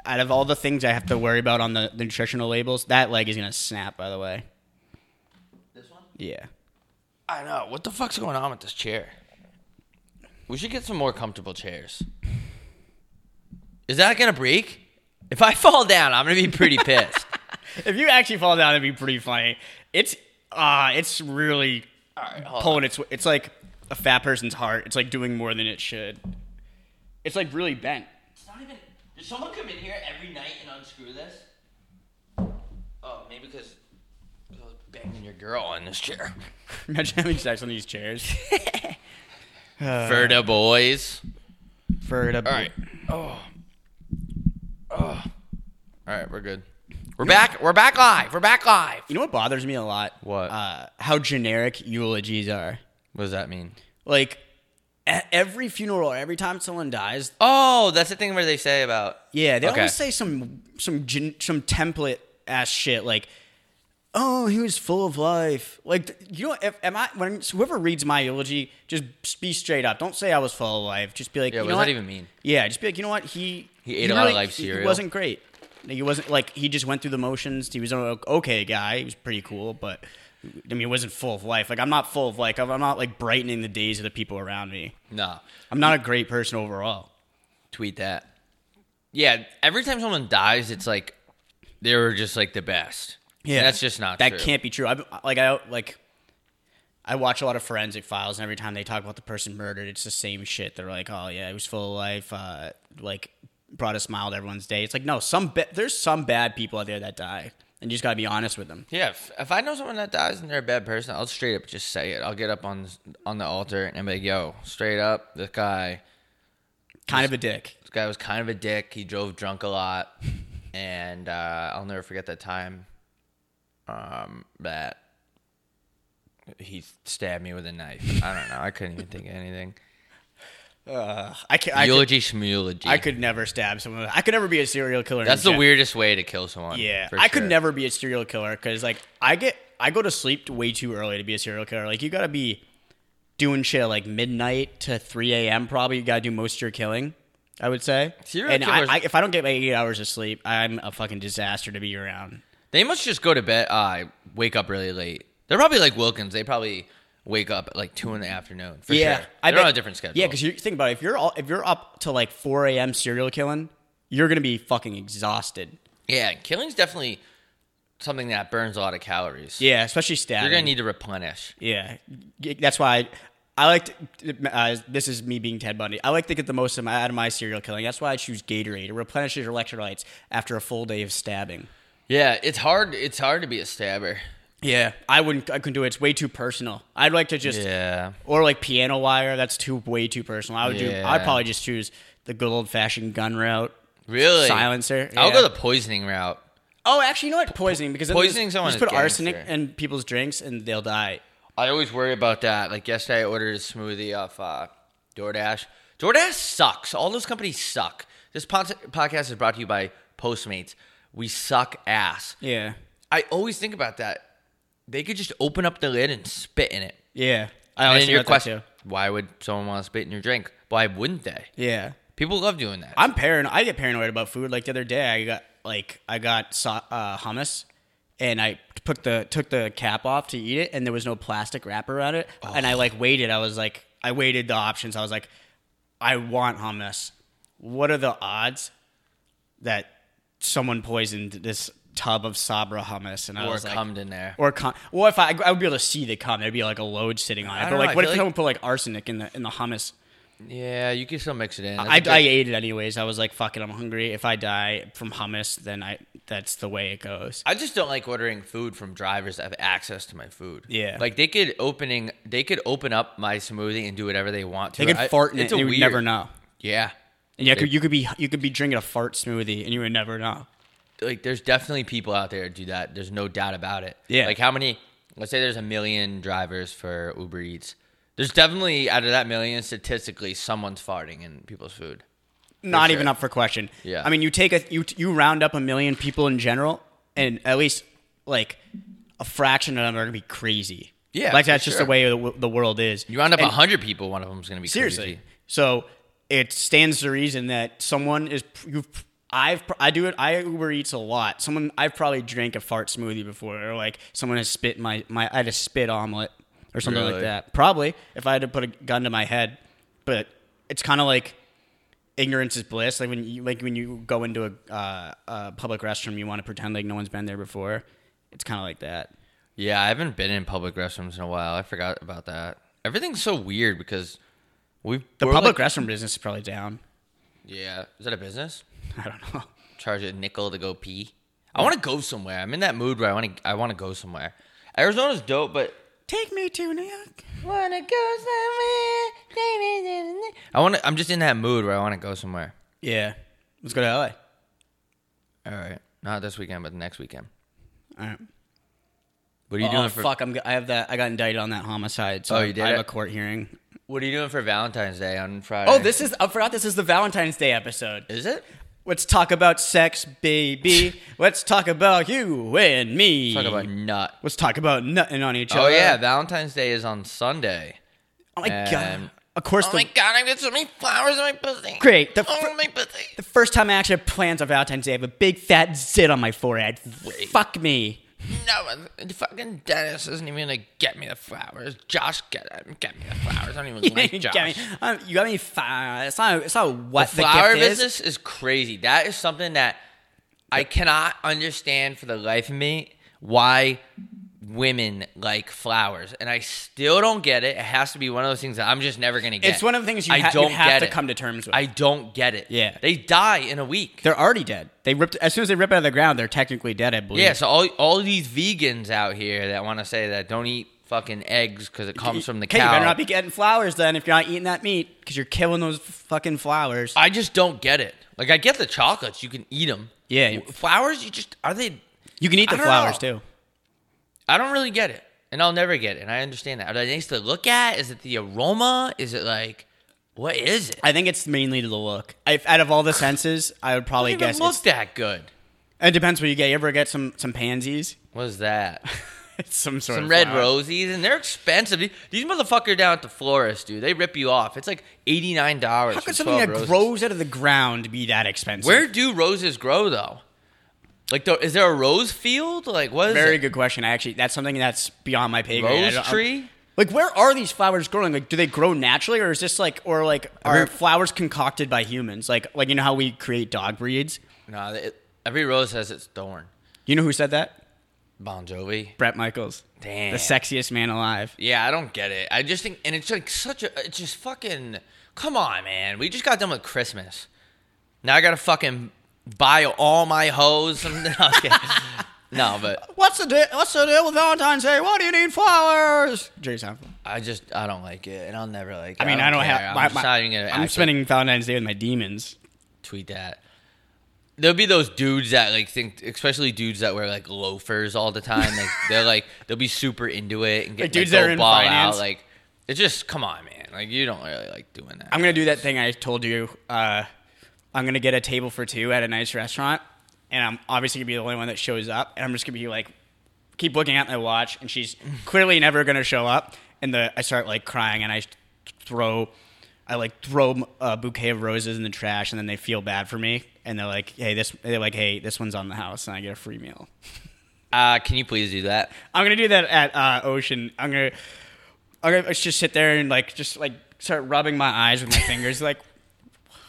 [SPEAKER 3] Out of all the things I have to worry about on the, the nutritional labels, that leg is gonna snap. By the way,
[SPEAKER 2] this one.
[SPEAKER 3] yeah.
[SPEAKER 2] I know. What the fuck's going on with this chair? We should get some more comfortable chairs. Is that gonna break? If I fall down, I'm gonna be pretty pissed.
[SPEAKER 3] If you actually fall down, it'd be pretty funny. It's uh it's really
[SPEAKER 2] Alright, hold
[SPEAKER 3] pulling its. It's like a fat person's heart. It's like doing more than it should. It's like really bent.
[SPEAKER 2] It's not even. Does someone come in here every night and unscrew this? Oh, maybe because I was banging your girl on this chair.
[SPEAKER 3] Imagine having sex on these chairs.
[SPEAKER 2] Verda boys.
[SPEAKER 3] For it up.
[SPEAKER 2] Uh, All right. Oh. Oh. All right, we're good. We're back. We're back live. We're back live.
[SPEAKER 3] You know what bothers me a lot?
[SPEAKER 2] What?
[SPEAKER 3] Uh, how generic eulogies are.
[SPEAKER 2] What does that mean?
[SPEAKER 3] Like at every funeral, every time someone dies,
[SPEAKER 2] Oh, that's the thing where they say about
[SPEAKER 3] Yeah, they
[SPEAKER 2] Okay.
[SPEAKER 3] always say some some gen, some template ass shit like, "Oh, he was full of life." Like you know, if am I when whoever reads my eulogy, just be straight up. Don't say I was full of life. Just be like,
[SPEAKER 2] Yeah,
[SPEAKER 3] you
[SPEAKER 2] what
[SPEAKER 3] know
[SPEAKER 2] does
[SPEAKER 3] what?
[SPEAKER 2] that even mean?
[SPEAKER 3] Yeah, just be like, you know what? He
[SPEAKER 2] He ate a lot of
[SPEAKER 3] really-
[SPEAKER 2] life
[SPEAKER 3] he-
[SPEAKER 2] cereal.
[SPEAKER 3] He wasn't great. Like, he wasn't like he just went through the motions. He was an o- okay guy. He was pretty cool, but I mean, he wasn't full of life. Like I'm not full of life. I'm I'm not like brightening the days of the people around me.
[SPEAKER 2] no.
[SPEAKER 3] I'm not a great person overall.
[SPEAKER 2] Tweet that. Yeah, every time someone dies, it's like they were just like the best. And that's just not
[SPEAKER 3] that
[SPEAKER 2] true.
[SPEAKER 3] can't be true. I like I like I watch a lot of forensic files, and every time they talk about the person murdered, it's the same shit. They're like, "Oh yeah, he was full of life, uh, like brought a smile to everyone's day. It's like no, some ba- there's some bad people out there that die, and you just gotta be honest with them.
[SPEAKER 2] Yeah, if, if I know someone that dies and they're a bad person, I'll straight up just say it. I'll get up on on the altar and be like, "Yo, straight up, this guy,
[SPEAKER 3] Kind of a dick.
[SPEAKER 2] this guy was kind of a dick. He drove drunk a lot, and uh, I'll never forget that time um, that he stabbed me with a knife. I don't know. I couldn't even think of anything.
[SPEAKER 3] I can, I, could,
[SPEAKER 2] Eulogy schmulogy.
[SPEAKER 3] I could never stab someone. I could never be a serial killer. in
[SPEAKER 2] That's the
[SPEAKER 3] gen-
[SPEAKER 2] weirdest way to kill someone.
[SPEAKER 3] Yeah,
[SPEAKER 2] for
[SPEAKER 3] I could
[SPEAKER 2] sure.
[SPEAKER 3] never be a serial killer because like I get I go to sleep way too early to be a serial killer. Like you gotta be doing shit like midnight to three a.m. Probably you gotta do most of your killing. I would say.
[SPEAKER 2] Serial
[SPEAKER 3] and I,
[SPEAKER 2] killers-
[SPEAKER 3] I, if I don't get my eight hours of sleep, I'm a fucking disaster to be around.
[SPEAKER 2] They must just go to bed. Uh, wake up really late. They're probably like Wilkins. They probably wake up at like two in the afternoon. For
[SPEAKER 3] yeah,
[SPEAKER 2] sure.
[SPEAKER 3] I
[SPEAKER 2] they're
[SPEAKER 3] bet-
[SPEAKER 2] on a different schedule.
[SPEAKER 3] Yeah, because you think about it, if you're all, if you're up to like four a.m. serial killing, you're gonna be fucking exhausted.
[SPEAKER 2] yeah, killing's definitely something that burns a lot of calories.
[SPEAKER 3] Yeah, especially stabbing.
[SPEAKER 2] you're gonna need to replenish.
[SPEAKER 3] Yeah, G- that's why I, I like. To, uh, this is me being Ted Bundy. I like to get the most of my, out of my serial killing. That's why I choose Gatorade. It replenishes your electrolytes after a full day of stabbing.
[SPEAKER 2] Yeah, it's hard. It's hard to be a stabber.
[SPEAKER 3] Yeah, I wouldn't. I couldn't do it. It's way too personal. I'd like to just
[SPEAKER 2] Yeah,
[SPEAKER 3] or like piano wire. That's too way too personal. I would do.
[SPEAKER 2] Yeah.
[SPEAKER 3] I'd probably just choose the good old fashioned gun route.
[SPEAKER 2] really.
[SPEAKER 3] Silencer,
[SPEAKER 2] I'll
[SPEAKER 3] yeah.
[SPEAKER 2] go the poisoning route.
[SPEAKER 3] Oh, actually, you know what? Poisoning because then
[SPEAKER 2] poisoning
[SPEAKER 3] there's- you
[SPEAKER 2] someone
[SPEAKER 3] Just
[SPEAKER 2] is
[SPEAKER 3] put arsenic
[SPEAKER 2] gangster.
[SPEAKER 3] in people's drinks and they'll die.
[SPEAKER 2] I always worry about that. Like yesterday, I ordered a smoothie off uh, DoorDash. DoorDash sucks. All those companies suck. This pod- podcast is brought to you by Postmates. We suck ass.
[SPEAKER 3] Yeah.
[SPEAKER 2] I always think about that. They could just open up the lid and spit in it.
[SPEAKER 3] Yeah. I
[SPEAKER 2] And
[SPEAKER 3] always
[SPEAKER 2] then
[SPEAKER 3] think
[SPEAKER 2] your
[SPEAKER 3] about that
[SPEAKER 2] question:
[SPEAKER 3] too.
[SPEAKER 2] Why would someone want to spit in your drink? Why wouldn't they?
[SPEAKER 3] Yeah.
[SPEAKER 2] People love doing that.
[SPEAKER 3] I'm paranoid. I get paranoid about food. Like the other day, I got like I got so- uh, hummus, and I put the took the cap off to eat it, and there was no plastic wrap around it. And I like waited. I was like, I waited the options. I was like, I want hummus. What are the odds that someone poisoned this tub of Sabra hummus? And I
[SPEAKER 2] or
[SPEAKER 3] was like,
[SPEAKER 2] cummed in there.
[SPEAKER 3] or cum. Well, if I I would be able to see the cum, there'd be like a load sitting on
[SPEAKER 2] I
[SPEAKER 3] it. But
[SPEAKER 2] don't
[SPEAKER 3] like,
[SPEAKER 2] know, I
[SPEAKER 3] what if
[SPEAKER 2] feel like-
[SPEAKER 3] someone put like arsenic in the in the hummus?
[SPEAKER 2] yeah, you can still mix it in.
[SPEAKER 3] I,
[SPEAKER 2] That's a
[SPEAKER 3] I
[SPEAKER 2] good-
[SPEAKER 3] ate it anyways. I was like, "Fuck it, I'm hungry. If I die from hummus, then I that's the way it goes."
[SPEAKER 2] I just don't like ordering food from drivers that have access to my food.
[SPEAKER 3] Yeah.
[SPEAKER 2] like they could opening they could open up my smoothie and do whatever they want to.
[SPEAKER 3] They could
[SPEAKER 2] I-
[SPEAKER 3] fart in
[SPEAKER 2] it's
[SPEAKER 3] it,
[SPEAKER 2] a
[SPEAKER 3] and you would
[SPEAKER 2] weird-
[SPEAKER 3] never know.
[SPEAKER 2] Yeah,
[SPEAKER 3] And you could, you could be you could be drinking a fart smoothie, and you would never know.
[SPEAKER 2] like there's definitely people out there that do that. There's no doubt about it.
[SPEAKER 3] Yeah.
[SPEAKER 2] Like how many? Let's say there's a million drivers for Uber Eats. There's definitely out of that million, statistically, someone's farting in people's food.
[SPEAKER 3] Not even
[SPEAKER 2] sure.
[SPEAKER 3] up for question.
[SPEAKER 2] Yeah.
[SPEAKER 3] I mean, you take a you you round up a million people in general, and at least like a fraction of them are gonna be crazy.
[SPEAKER 2] Yeah,
[SPEAKER 3] like
[SPEAKER 2] for
[SPEAKER 3] that's just the
[SPEAKER 2] sure.
[SPEAKER 3] way the, the world is.
[SPEAKER 2] You round up
[SPEAKER 3] And-
[SPEAKER 2] hundred people, one of them's gonna be
[SPEAKER 3] Seriously.
[SPEAKER 2] crazy.
[SPEAKER 3] So it stands to reason that someone is you. have I've pr- I do it. I Uber Eats a lot. Someone I've probably drank a fart smoothie before, or like someone has spit my my. I had a spit omelet or something like
[SPEAKER 2] Really?
[SPEAKER 3] that. Probably if I had to put a gun to my head, but it's kind of like ignorance is bliss. Like when you like when you go into a, uh, a public restroom, you want to pretend like no one's been there before. It's kind of like that.
[SPEAKER 2] Yeah, I haven't been in public restrooms in a while. I forgot about that. Everything's so weird because we've
[SPEAKER 3] The public restroom business is probably down.
[SPEAKER 2] Yeah, is that a business?
[SPEAKER 3] I don't know.
[SPEAKER 2] charge a nickel to go pee. I want to go somewhere. I'm in that mood where I want to. I want to go somewhere. Arizona's dope, but
[SPEAKER 3] Take me to New York.
[SPEAKER 2] want to go somewhere. I want to. I'm just in that mood where I want to go somewhere.
[SPEAKER 3] Yeah, let's go to LA.
[SPEAKER 2] All right, not this weekend, but next weekend.
[SPEAKER 3] All right.
[SPEAKER 2] What are you
[SPEAKER 3] oh,
[SPEAKER 2] doing for?
[SPEAKER 3] fuck? I'm. go- I have that. I got indicted on that homicide. So
[SPEAKER 2] Oh, you did
[SPEAKER 3] I have
[SPEAKER 2] it?
[SPEAKER 3] a court hearing.
[SPEAKER 2] What are you doing for Valentine's Day on Friday?
[SPEAKER 3] Oh, this is. I forgot. This is the Valentine's Day episode.
[SPEAKER 2] is it.
[SPEAKER 3] Let's talk about sex, baby. Let's talk about you and me.
[SPEAKER 2] Talk about nut.
[SPEAKER 3] Let's talk about nutting on each
[SPEAKER 2] Oh
[SPEAKER 3] other.
[SPEAKER 2] yeah, Valentine's Day is on Sunday.
[SPEAKER 3] Oh my
[SPEAKER 2] Um,
[SPEAKER 3] god. Of course.
[SPEAKER 2] Oh
[SPEAKER 3] the,
[SPEAKER 2] my god, I've got so many flowers in my pussy.
[SPEAKER 3] Great, the
[SPEAKER 2] oh
[SPEAKER 3] fir-
[SPEAKER 2] my pussy.
[SPEAKER 3] the first time I actually have plans on Valentine's Day, I have a big fat zit on my forehead. Fuck me.
[SPEAKER 2] No one, fucking Dennis isn't even gonna get me the flowers. Josh, get it, get me the flowers. I don't even like
[SPEAKER 3] you,
[SPEAKER 2] Josh.
[SPEAKER 3] got me, um, you got me. Fi- it's not. It's not what the,
[SPEAKER 2] Flower
[SPEAKER 3] gift is.
[SPEAKER 2] business is crazy. That is something that I cannot understand for the life of me. Why women like flowers, and I still don't get it. It has to be one of those things that I'm just never gonna get.
[SPEAKER 3] It's one of the things you
[SPEAKER 2] I
[SPEAKER 3] ha- you
[SPEAKER 2] don't
[SPEAKER 3] have
[SPEAKER 2] get
[SPEAKER 3] to
[SPEAKER 2] it.
[SPEAKER 3] come to terms with.
[SPEAKER 2] I don't get it.
[SPEAKER 3] Yeah.
[SPEAKER 2] they die in a week.
[SPEAKER 3] They're already dead. They ripped as soon as they rip out of the ground. They're technically dead. I believe.
[SPEAKER 2] yeah, so all all these vegans out here that want to say that don't eat fucking eggs because it comes from the
[SPEAKER 3] Okay,
[SPEAKER 2] cow.
[SPEAKER 3] You better not be getting flowers then if you're not eating that meat because you're killing those fucking flowers.
[SPEAKER 2] I just don't get it. Like I get the chocolates, you can eat them.
[SPEAKER 3] Yeah.
[SPEAKER 2] W- flowers, you just are they?
[SPEAKER 3] you can eat
[SPEAKER 2] I
[SPEAKER 3] the
[SPEAKER 2] don't
[SPEAKER 3] flowers
[SPEAKER 2] know.
[SPEAKER 3] too.
[SPEAKER 2] I don't really get it, and I'll never get it. And I understand that. Are they nice to look at? Is it the aroma? Is it like what is it?
[SPEAKER 3] I think it's mainly the look. If, out of all the senses, I would probably
[SPEAKER 2] It doesn't
[SPEAKER 3] guess
[SPEAKER 2] even look
[SPEAKER 3] it's,
[SPEAKER 2] that good.
[SPEAKER 3] it depends what you get. You ever get some some pansies?
[SPEAKER 2] What is that?
[SPEAKER 3] It's some sort
[SPEAKER 2] Some
[SPEAKER 3] of
[SPEAKER 2] red
[SPEAKER 3] flower.
[SPEAKER 2] rosies, and they're expensive. These- These motherfuckers down at the florist, dude, they rip you off. It's like eighty nine dollars.
[SPEAKER 3] How could something that grows out of the ground be that expensive?
[SPEAKER 2] Where do roses grow though? Like, the, is there a rose field? Like, what is
[SPEAKER 3] Very
[SPEAKER 2] it?
[SPEAKER 3] good question. Actually, that's something that's beyond my pay grade. I
[SPEAKER 2] Rose
[SPEAKER 3] don't- I'm-
[SPEAKER 2] tree?
[SPEAKER 3] Like, where are these flowers growing? Like, do they grow naturally, or is this like, or like, are flowers concocted by humans? Like, like you know how we create dog breeds?
[SPEAKER 2] No, it, every rose has its thorn.
[SPEAKER 3] You know who said that?
[SPEAKER 2] Bon Jovi.
[SPEAKER 3] Brett Michaels.
[SPEAKER 2] Damn.
[SPEAKER 3] The sexiest man alive.
[SPEAKER 2] Yeah, I don't get it. I just think, and it's like such a, it's just fucking, come on, man. We just got done with Christmas. Now I gotta fucking buy all my hoes. Some, no, I'm kidding. no, but
[SPEAKER 3] What's the deal? What's the deal with Valentine's Day? Why do you need flowers? Jerry Seinfeld.
[SPEAKER 2] I just, I don't like it, and I'll never like it.
[SPEAKER 3] I mean, I don't,
[SPEAKER 2] care.
[SPEAKER 3] have.
[SPEAKER 2] I'm,
[SPEAKER 3] My,
[SPEAKER 2] just
[SPEAKER 3] my-
[SPEAKER 2] not even gonna
[SPEAKER 3] I'm
[SPEAKER 2] actually
[SPEAKER 3] spending Valentine's Day with my demons.
[SPEAKER 2] tweet that. There'll be those dudes that like think, especially dudes that wear like loafers all the time. Like they're like they'll be super into it and get
[SPEAKER 3] Like, dudes
[SPEAKER 2] like,
[SPEAKER 3] that
[SPEAKER 2] go
[SPEAKER 3] are in
[SPEAKER 2] ball
[SPEAKER 3] finance.
[SPEAKER 2] out. Like it's just come on, man. Like you don't really like doing that.
[SPEAKER 3] I'm gonna do that thing I told you. Uh, I'm gonna get a table for two at a nice restaurant, and I'm obviously gonna be the only one that shows up. And I'm just gonna be like, keep looking at my watch, and she's clearly never gonna show up. And the I start like crying, and I throw, I like throw a bouquet of roses in the trash, and then they feel bad for me, and they're like, hey, this, they're like, hey, this one's on the house, and I get a free meal.
[SPEAKER 2] Uh, can you please do that?
[SPEAKER 3] I'm gonna do that at uh, Ocean. I'm gonna, I'm gonna just sit there and like just like start rubbing my eyes with my fingers. Like,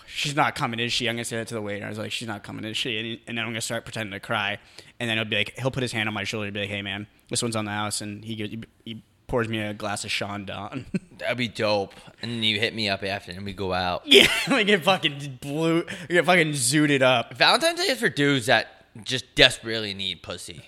[SPEAKER 3] she's not coming, is she? I'm gonna say that to the waiter. I was like, she's not coming, is she? And, and then I'm gonna start pretending to cry. And then he'll be like, he'll put his hand on my shoulder and be like, hey man, this one's on the house. And he gives, he pours me a glass of Sean Don.
[SPEAKER 2] That'd be dope. And then you hit me up after, and we go out.
[SPEAKER 3] yeah, we get fucking blue, we get fucking zooted up.
[SPEAKER 2] Valentine's Day is for dudes that just desperately need pussy.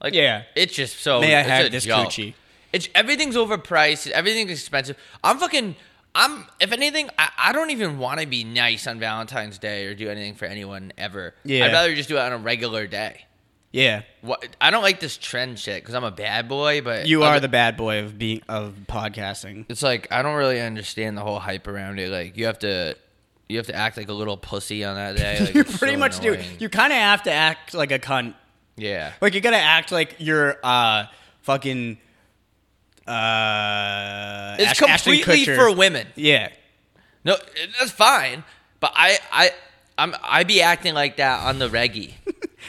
[SPEAKER 2] Like
[SPEAKER 3] Yeah.
[SPEAKER 2] it's just so.
[SPEAKER 3] May I
[SPEAKER 2] it's
[SPEAKER 3] have
[SPEAKER 2] a
[SPEAKER 3] this
[SPEAKER 2] joke.
[SPEAKER 3] coochie?
[SPEAKER 2] It's everything's overpriced. Everything's expensive. I'm fucking. I'm. If anything, I, I don't even want to be nice on Valentine's Day or do anything for anyone ever.
[SPEAKER 3] Yeah.
[SPEAKER 2] I'd rather just do it on a regular day.
[SPEAKER 3] Yeah,
[SPEAKER 2] What I don't like this trend shit because I'm a bad boy, but
[SPEAKER 3] you are
[SPEAKER 2] other-
[SPEAKER 3] the bad boy of being of podcasting.
[SPEAKER 2] it's like I don't really understand the whole hype around it. Like you have to, you have to act like a little pussy on that day. Like,
[SPEAKER 3] you
[SPEAKER 2] it's
[SPEAKER 3] pretty
[SPEAKER 2] so
[SPEAKER 3] much
[SPEAKER 2] annoying.
[SPEAKER 3] do. You kind of have to act like a cunt
[SPEAKER 2] yeah.
[SPEAKER 3] Like you gotta act like you're uh fucking uh
[SPEAKER 2] It's
[SPEAKER 3] Ash- Ashton
[SPEAKER 2] completely
[SPEAKER 3] Kutcher.
[SPEAKER 2] for women.
[SPEAKER 3] Yeah.
[SPEAKER 2] No, that's fine. But I, I, I'm, I be acting like that on the reggie,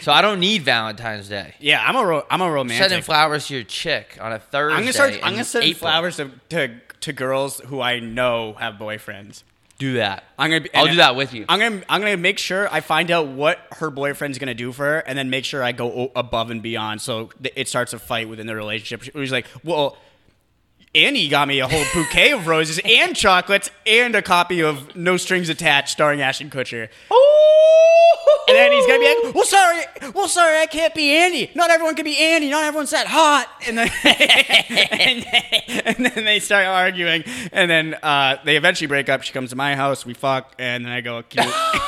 [SPEAKER 2] so I don't need Valentine's Day.
[SPEAKER 3] Yeah, I'm a ro- I'm a romantic.
[SPEAKER 2] Sending flowers to your chick on a Thursday.
[SPEAKER 3] I'm gonna start
[SPEAKER 2] in
[SPEAKER 3] I'm gonna send
[SPEAKER 2] April.
[SPEAKER 3] flowers to, to to girls who I know have boyfriends.
[SPEAKER 2] Do that.
[SPEAKER 3] I'm gonna be,
[SPEAKER 2] I'll
[SPEAKER 3] and
[SPEAKER 2] do that with you.
[SPEAKER 3] I'm gonna I'm gonna make sure I find out what her boyfriend's gonna do for her, and then make sure I go o- above and beyond so th- it starts a fight within the relationship. She's like, well. Annie got me a whole bouquet of roses and chocolates and a copy of No Strings Attached starring Ashton Kutcher.
[SPEAKER 2] Oh!
[SPEAKER 3] And then he's gonna be like, "Well, sorry, well, sorry, I can't be Andy. Not everyone can be Andy. Not everyone's that hot." And then, and, then they start arguing, and then uh, they eventually break up. She comes to my house, we fuck, and then I go, "Can you?"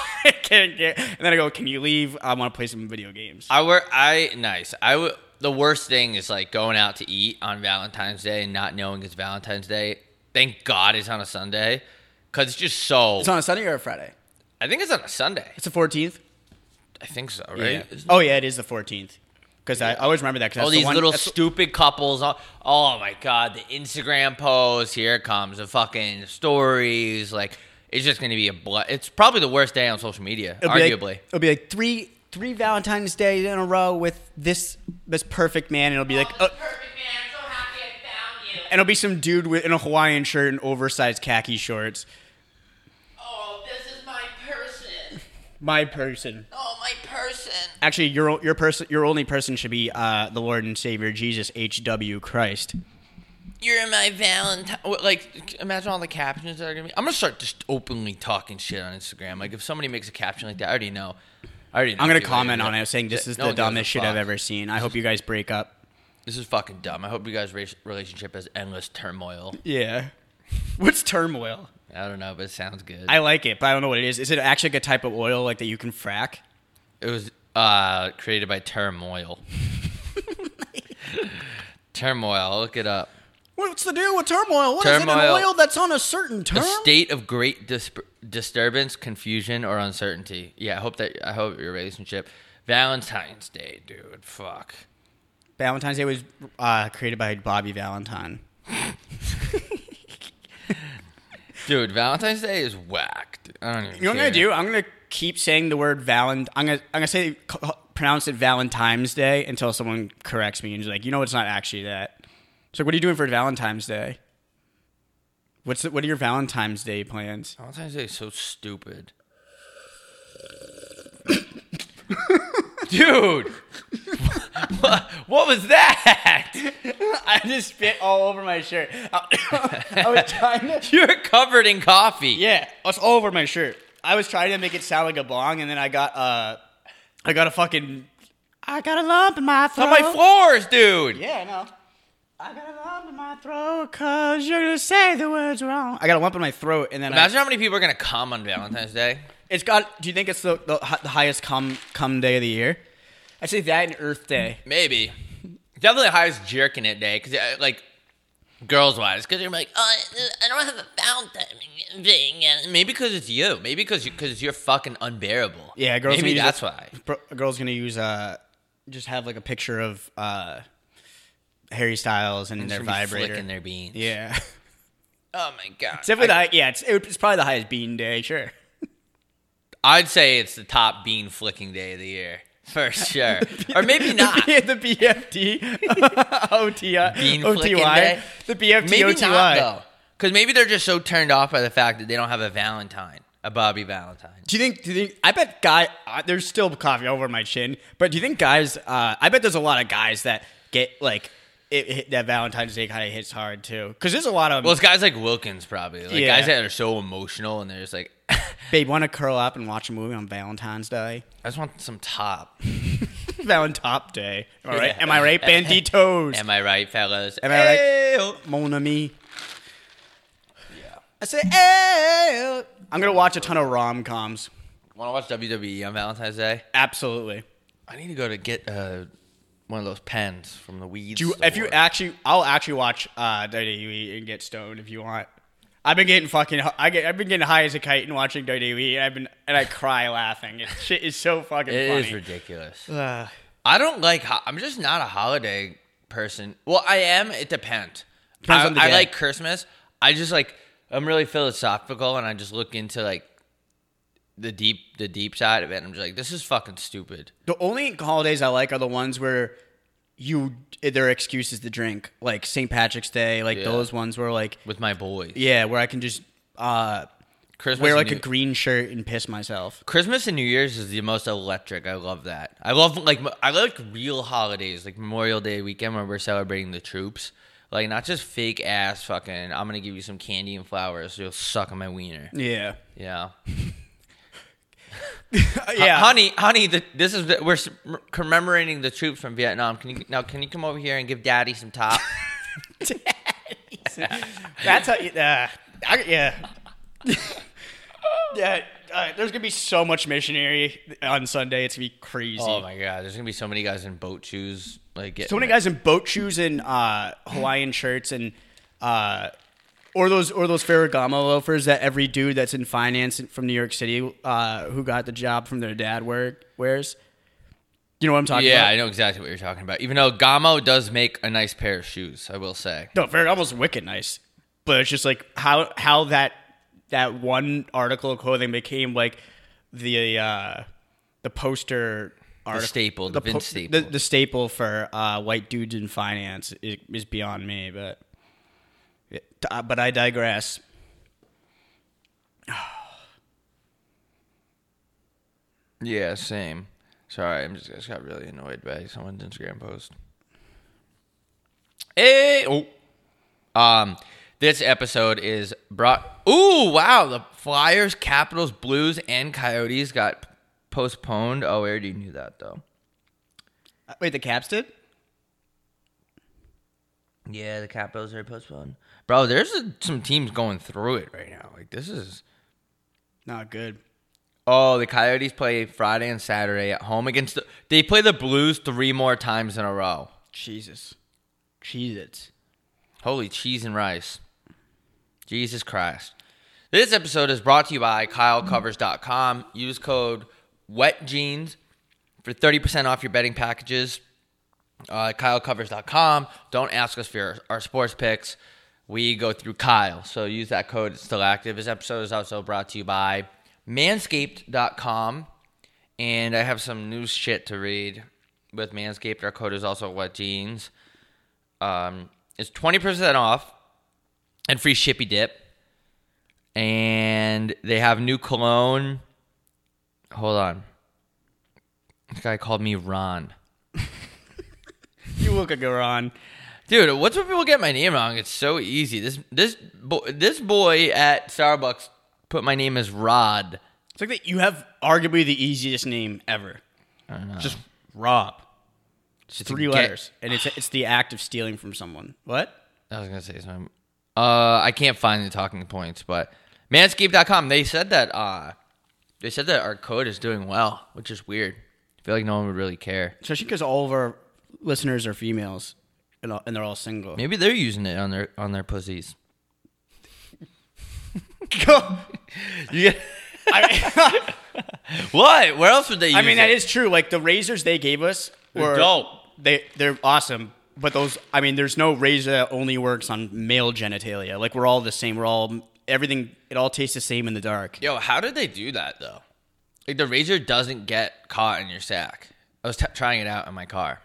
[SPEAKER 3] can, can, and then I go, "Can you leave? I want to play some video games."
[SPEAKER 2] I were I nice. I would. The worst thing is like going out to eat on Valentine's Day and not knowing it's Valentine's Day. Thank God it's on a Sunday, cause it's just so.
[SPEAKER 3] It's on a Sunday or a Friday.
[SPEAKER 2] I think it's on a Sunday.
[SPEAKER 3] It's the fourteenth.
[SPEAKER 2] I think so, right?
[SPEAKER 3] Oh yeah, it is the fourteenth. Because I always remember that. Cause
[SPEAKER 2] all
[SPEAKER 3] that's the
[SPEAKER 2] these
[SPEAKER 3] one-
[SPEAKER 2] little
[SPEAKER 3] that's the-
[SPEAKER 2] stupid couples. All, oh my god, the Instagram posts. Here it comes the fucking stories. Like it's just gonna be a. Bl- it's probably the worst day on social media,
[SPEAKER 3] It'll
[SPEAKER 2] arguably.
[SPEAKER 3] Be like, it'll be like three three Valentine's days in a row with this this perfect man. And it'll be like, uh, and it'll be some dude with, in a Hawaiian shirt and oversized khaki shorts.
[SPEAKER 5] Oh, this is my person.
[SPEAKER 3] My person.
[SPEAKER 5] Oh, my person.
[SPEAKER 2] person.
[SPEAKER 3] Actually, your o- your person your only person should be uh, the Lord and Savior Jesus H W Christ.
[SPEAKER 2] You're my Valentine. Well, Like, imagine all the captions that are gonna be. I'm gonna start just openly talking shit on Instagram. Like, if somebody makes a caption like that, I already know. I already. Know
[SPEAKER 3] I'm gonna
[SPEAKER 2] people.
[SPEAKER 3] comment on
[SPEAKER 2] Yeah.
[SPEAKER 3] it, saying this is
[SPEAKER 2] No
[SPEAKER 3] the
[SPEAKER 2] one gives a
[SPEAKER 3] dumbest shit I've
[SPEAKER 2] fuck.
[SPEAKER 3] ever seen. I hope you guys break up.
[SPEAKER 2] This is fucking dumb. I hope you guys' race- relationship has endless turmoil.
[SPEAKER 3] Yeah. What's turmoil?
[SPEAKER 2] I don't know, but it sounds good.
[SPEAKER 3] I like it, but I don't know what it is. Is it actually like a type of oil like that you can frack?
[SPEAKER 2] it was uh, created by turmoil. turmoil. Look it up.
[SPEAKER 3] What's the deal with turmoil? What
[SPEAKER 2] is it, an Turmoil. oil
[SPEAKER 3] that's on a certain
[SPEAKER 2] A state of great dis- disturbance, confusion, or uncertainty. Yeah, I hope that I hope your relationship. Valentine's Day, dude. Fuck.
[SPEAKER 3] Valentine's Day was uh, created by Bobby Valentine.
[SPEAKER 2] Dude, Valentine's Day is whacked. I don't even.
[SPEAKER 3] You know what I'm gonna do? I'm gonna keep saying the word Valent. I'm gonna I'm gonna say c- pronounce it Valentine's Day until someone corrects me and is like, you know, it's not actually that. So what are you doing for Valentine's Day? What's the, what are your Valentine's Day plans?
[SPEAKER 2] Valentine's Day is so stupid. Dude, what, what was that?
[SPEAKER 3] I just spit all over my shirt. I, I was trying to.
[SPEAKER 2] You're covered in coffee.
[SPEAKER 3] Yeah, it's all over my shirt. I was trying to make it sound like a bong, and then I got uh, I got a fucking. I got a lump in my
[SPEAKER 2] It's
[SPEAKER 3] throat.
[SPEAKER 2] on my floors, dude.
[SPEAKER 3] Yeah, I know. I got a lump in my throat because you're gonna say the words wrong. I got a lump in my throat, and then I,
[SPEAKER 2] Imagine how many people are gonna come on Valentine's Day.
[SPEAKER 3] it's got. Do you think it's the, the hi- the highest cum cum day of the year? I say that and Earth Day.
[SPEAKER 2] Maybe. Definitely the highest jerking it day, because like girls wise, because you're like, oh, I- I don't have a Valentine thing. And Maybe because it's you. Maybe because you, cause you're fucking unbearable.
[SPEAKER 3] Yeah, girls.
[SPEAKER 2] Maybe
[SPEAKER 3] gonna
[SPEAKER 2] that's
[SPEAKER 3] use
[SPEAKER 2] why.
[SPEAKER 3] a, why. A girl's gonna use uh, just have like a picture of uh, Harry Styles and, their
[SPEAKER 2] Just gonna be
[SPEAKER 3] vibrator.
[SPEAKER 2] flicking their beans.
[SPEAKER 3] Yeah, it's
[SPEAKER 2] Oh my god.
[SPEAKER 3] definitely the high, yeah. It's, it- it's probably the highest bean day. Sure.
[SPEAKER 2] I'd say it's the top bean flicking day of the year for sure, or maybe not.
[SPEAKER 3] the BFT, OTI,
[SPEAKER 2] Bean flicking
[SPEAKER 3] OTY,
[SPEAKER 2] day?
[SPEAKER 3] the BFT,
[SPEAKER 2] Maybe
[SPEAKER 3] OTY.
[SPEAKER 2] not though, because maybe they're just so turned off by the fact that they don't have a Valentine, a Bobby Valentine.
[SPEAKER 3] Do you think? Do you think? I bet guy. Uh, there's still coffee all over my chin, but do you think guys? Uh, I bet there's a lot of guys that get like it, it, that Valentine's Day kind of hits hard too, because there's a lot of
[SPEAKER 2] Well, it's guys like Wilkins probably, like
[SPEAKER 3] Yeah.
[SPEAKER 2] guys that are so emotional and they're just like, I
[SPEAKER 3] babe want to curl up and watch a movie on Valentine's Day,
[SPEAKER 2] just want some top.
[SPEAKER 3] Valentop Day. All right, am I right, banditos?
[SPEAKER 2] Am I right, fellas?
[SPEAKER 3] Am I right?
[SPEAKER 2] Ew.
[SPEAKER 3] Mon ami. I say, "Ew." I'm gonna watch a ton of rom coms.
[SPEAKER 2] Want to watch WWE on Valentine's Day?
[SPEAKER 3] Absolutely.
[SPEAKER 2] I need to go to get uh, one of those pens from the weed.
[SPEAKER 3] Do you, if you
[SPEAKER 2] store.
[SPEAKER 3] actually, I'll actually watch uh, WWE and get stoned if you want. I've been getting fucking, I get, I've been getting high as a kite and watching WWE, and I've been, and I cry laughing. It, shit is so fucking
[SPEAKER 2] It
[SPEAKER 3] funny.
[SPEAKER 2] is ridiculous. I don't like. ho- I'm just not a holiday person. Well, I am. It depends.
[SPEAKER 3] Depends
[SPEAKER 2] I,
[SPEAKER 3] on the
[SPEAKER 2] I
[SPEAKER 3] day.
[SPEAKER 2] like Christmas. I just like. I'm really philosophical, and I just look into like the deep, the deep side of it. And I'm just like, this is fucking stupid.
[SPEAKER 3] the only holidays I like are the ones where you their excuse is to drink, like St. Patrick's Day, like
[SPEAKER 2] Yeah.
[SPEAKER 3] those ones where like,
[SPEAKER 2] With my boys,
[SPEAKER 3] yeah, where I can just uh,
[SPEAKER 2] Christmas.
[SPEAKER 3] wear
[SPEAKER 2] and
[SPEAKER 3] like a
[SPEAKER 2] New-
[SPEAKER 3] green shirt and piss myself.
[SPEAKER 2] Christmas and New Year's is the most electric. I love that. I love like m- I like real holidays like Memorial Day weekend where we're celebrating the troops. Like not just fake ass fucking. I'm gonna give you some candy and flowers. So you'll suck on my wiener.
[SPEAKER 3] Yeah,
[SPEAKER 2] Yeah.
[SPEAKER 3] yeah.
[SPEAKER 2] honey, honey, the, this is the, we're s- commemorating the troops from Vietnam. Can you now? Can you come over here and give Daddy some top?
[SPEAKER 3] That's how. Uh, I, yeah. yeah. Uh, there's gonna be so much missionary on Sunday. It's gonna be crazy.
[SPEAKER 2] oh my God, there's gonna be so many guys in boat shoes. Like getting
[SPEAKER 3] so many
[SPEAKER 2] it.
[SPEAKER 3] guys in boat shoes and uh, Hawaiian shirts and uh, or those or those Ferragamo loafers that every dude that's in finance from New York City uh, who got the job from their dad wear, wears. You know what I'm talking
[SPEAKER 2] Yeah,
[SPEAKER 3] about?
[SPEAKER 2] I know exactly what you're talking about. Even though Gamo does make a nice pair of shoes, I will say.
[SPEAKER 3] No, Ferragamo's wicked nice, but it's just like how how that that one article of clothing became like the uh, the poster article,
[SPEAKER 2] staple, the Vince
[SPEAKER 3] the,
[SPEAKER 2] staple.
[SPEAKER 3] the staple for uh, white dudes in finance is, is beyond me. But uh, but I digress.
[SPEAKER 2] Yeah, same. Sorry, I'm just, I just got really annoyed by someone's Instagram post. Hey, oh, um, this episode is brought. Ooh, wow! The Flyers, Capitals, Blues, and Coyotes got postponed. Oh, I already knew that though.
[SPEAKER 3] Uh, Wait, the Caps did?
[SPEAKER 2] Yeah, the Capitals are postponed. Bro, there's uh, some teams going through it right now. Like this is.
[SPEAKER 3] Not good.
[SPEAKER 2] Oh, the Coyotes play Friday and Saturday at home against the. They play the Blues three more times in a row.
[SPEAKER 3] Jesus. Cheese it.
[SPEAKER 2] Holy cheese and rice. Jesus Christ. This episode is brought to you by KyleCovers.com. Use code WETJEANS for 30% off your betting packages. Uh, KyleCovers.com. Don't ask us for your, our sports picks. We go through Kyle. So use that code. It's still active. This episode is also brought to you by Manscaped.com. And I have some new shit to read with Manscaped. Our code is also WETJEANS. Um, it's twenty percent off and free shippy dip. And they have new cologne. Hold on. This guy called me Ron.
[SPEAKER 3] You look like a Ron.
[SPEAKER 2] Dude, what's with people get my name wrong? It's so easy. This this bo- this boy at Starbucks put my name as Rod.
[SPEAKER 3] It's like that you have arguably the easiest name ever. Just Rob.
[SPEAKER 2] It's just a
[SPEAKER 3] Three
[SPEAKER 2] ga-
[SPEAKER 3] letters. And it's it's the act of stealing from someone. What?
[SPEAKER 2] I was gonna say something. Uh, I can't find the talking points, but manscaped.com. They said that uh, they said that our code is doing well, which is weird. I feel like no one would really care.
[SPEAKER 3] Especially because all of our listeners are females and, all, and they're all single.
[SPEAKER 2] Maybe they're using it on their on their pussies. You get-
[SPEAKER 3] I mean,
[SPEAKER 2] what? Where else would they use
[SPEAKER 3] I mean, that
[SPEAKER 2] it?
[SPEAKER 3] is true. Like the razors they gave us were
[SPEAKER 2] dope.
[SPEAKER 3] They they're awesome. But those, I mean, there's no razor that only works on male genitalia. Like we're all the same. We're all everything. It all tastes the same in the dark.
[SPEAKER 2] Yo, how did they do that though? Like the razor doesn't get caught in your sack. I was t- trying it out in my car.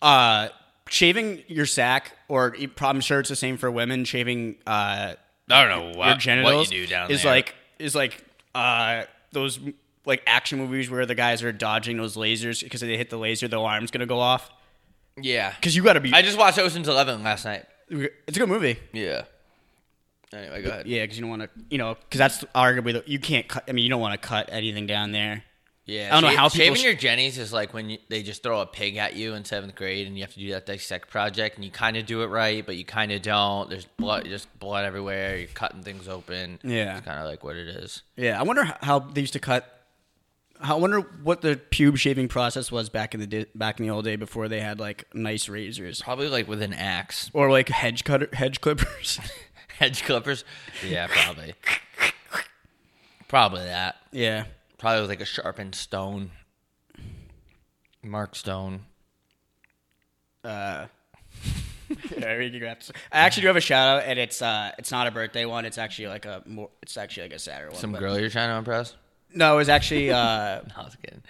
[SPEAKER 3] Uh, shaving your sack, or e- I'm sure it's the same for women. Shaving uh,
[SPEAKER 2] I don't know what,
[SPEAKER 3] your genitals
[SPEAKER 2] what you do down
[SPEAKER 3] is
[SPEAKER 2] there.
[SPEAKER 3] like is like uh, those like action movies where the guys are dodging those lasers because if they hit the laser, the alarm's gonna go off.
[SPEAKER 2] yeah.
[SPEAKER 3] Because you gotta be.
[SPEAKER 2] I just watched Ocean's Eleven last night.
[SPEAKER 3] it's a good movie.
[SPEAKER 2] Yeah. Anyway, go ahead.
[SPEAKER 3] Yeah, because you don't want to, you know, because that's arguably the, you can't cut. I mean, you don't want to cut anything down there.
[SPEAKER 2] Yeah,
[SPEAKER 3] I don't know
[SPEAKER 2] sha-
[SPEAKER 3] how people
[SPEAKER 2] shaving
[SPEAKER 3] sh-
[SPEAKER 2] your jennies is like when you, they just throw a pig at you in seventh grade, and you have to do that dissect project, and you kind of do it right, but you kind of don't. There's blood, just blood everywhere. You're cutting things open.
[SPEAKER 3] Yeah.
[SPEAKER 2] it's kind of like what it is.
[SPEAKER 3] Yeah, I wonder h- how they used to cut. I wonder what the pube shaving process was back in the di- back in the old day before they had like nice razors
[SPEAKER 2] Probably like with an axe,
[SPEAKER 3] or like hedge cutter hedge clippers.
[SPEAKER 2] hedge clippers. Yeah, probably. probably that.
[SPEAKER 3] yeah,
[SPEAKER 2] Probably with like a sharpened stone, mark stone.
[SPEAKER 3] yeah we can have to- Uh, I actually do have a shout out, and it's uh, it's not a birthday one. It's actually like a more, it's actually like a sadder one.
[SPEAKER 2] Some
[SPEAKER 3] but-
[SPEAKER 2] girl you're trying to impress?
[SPEAKER 3] No, it's actually uh,
[SPEAKER 2] No, I was kidding.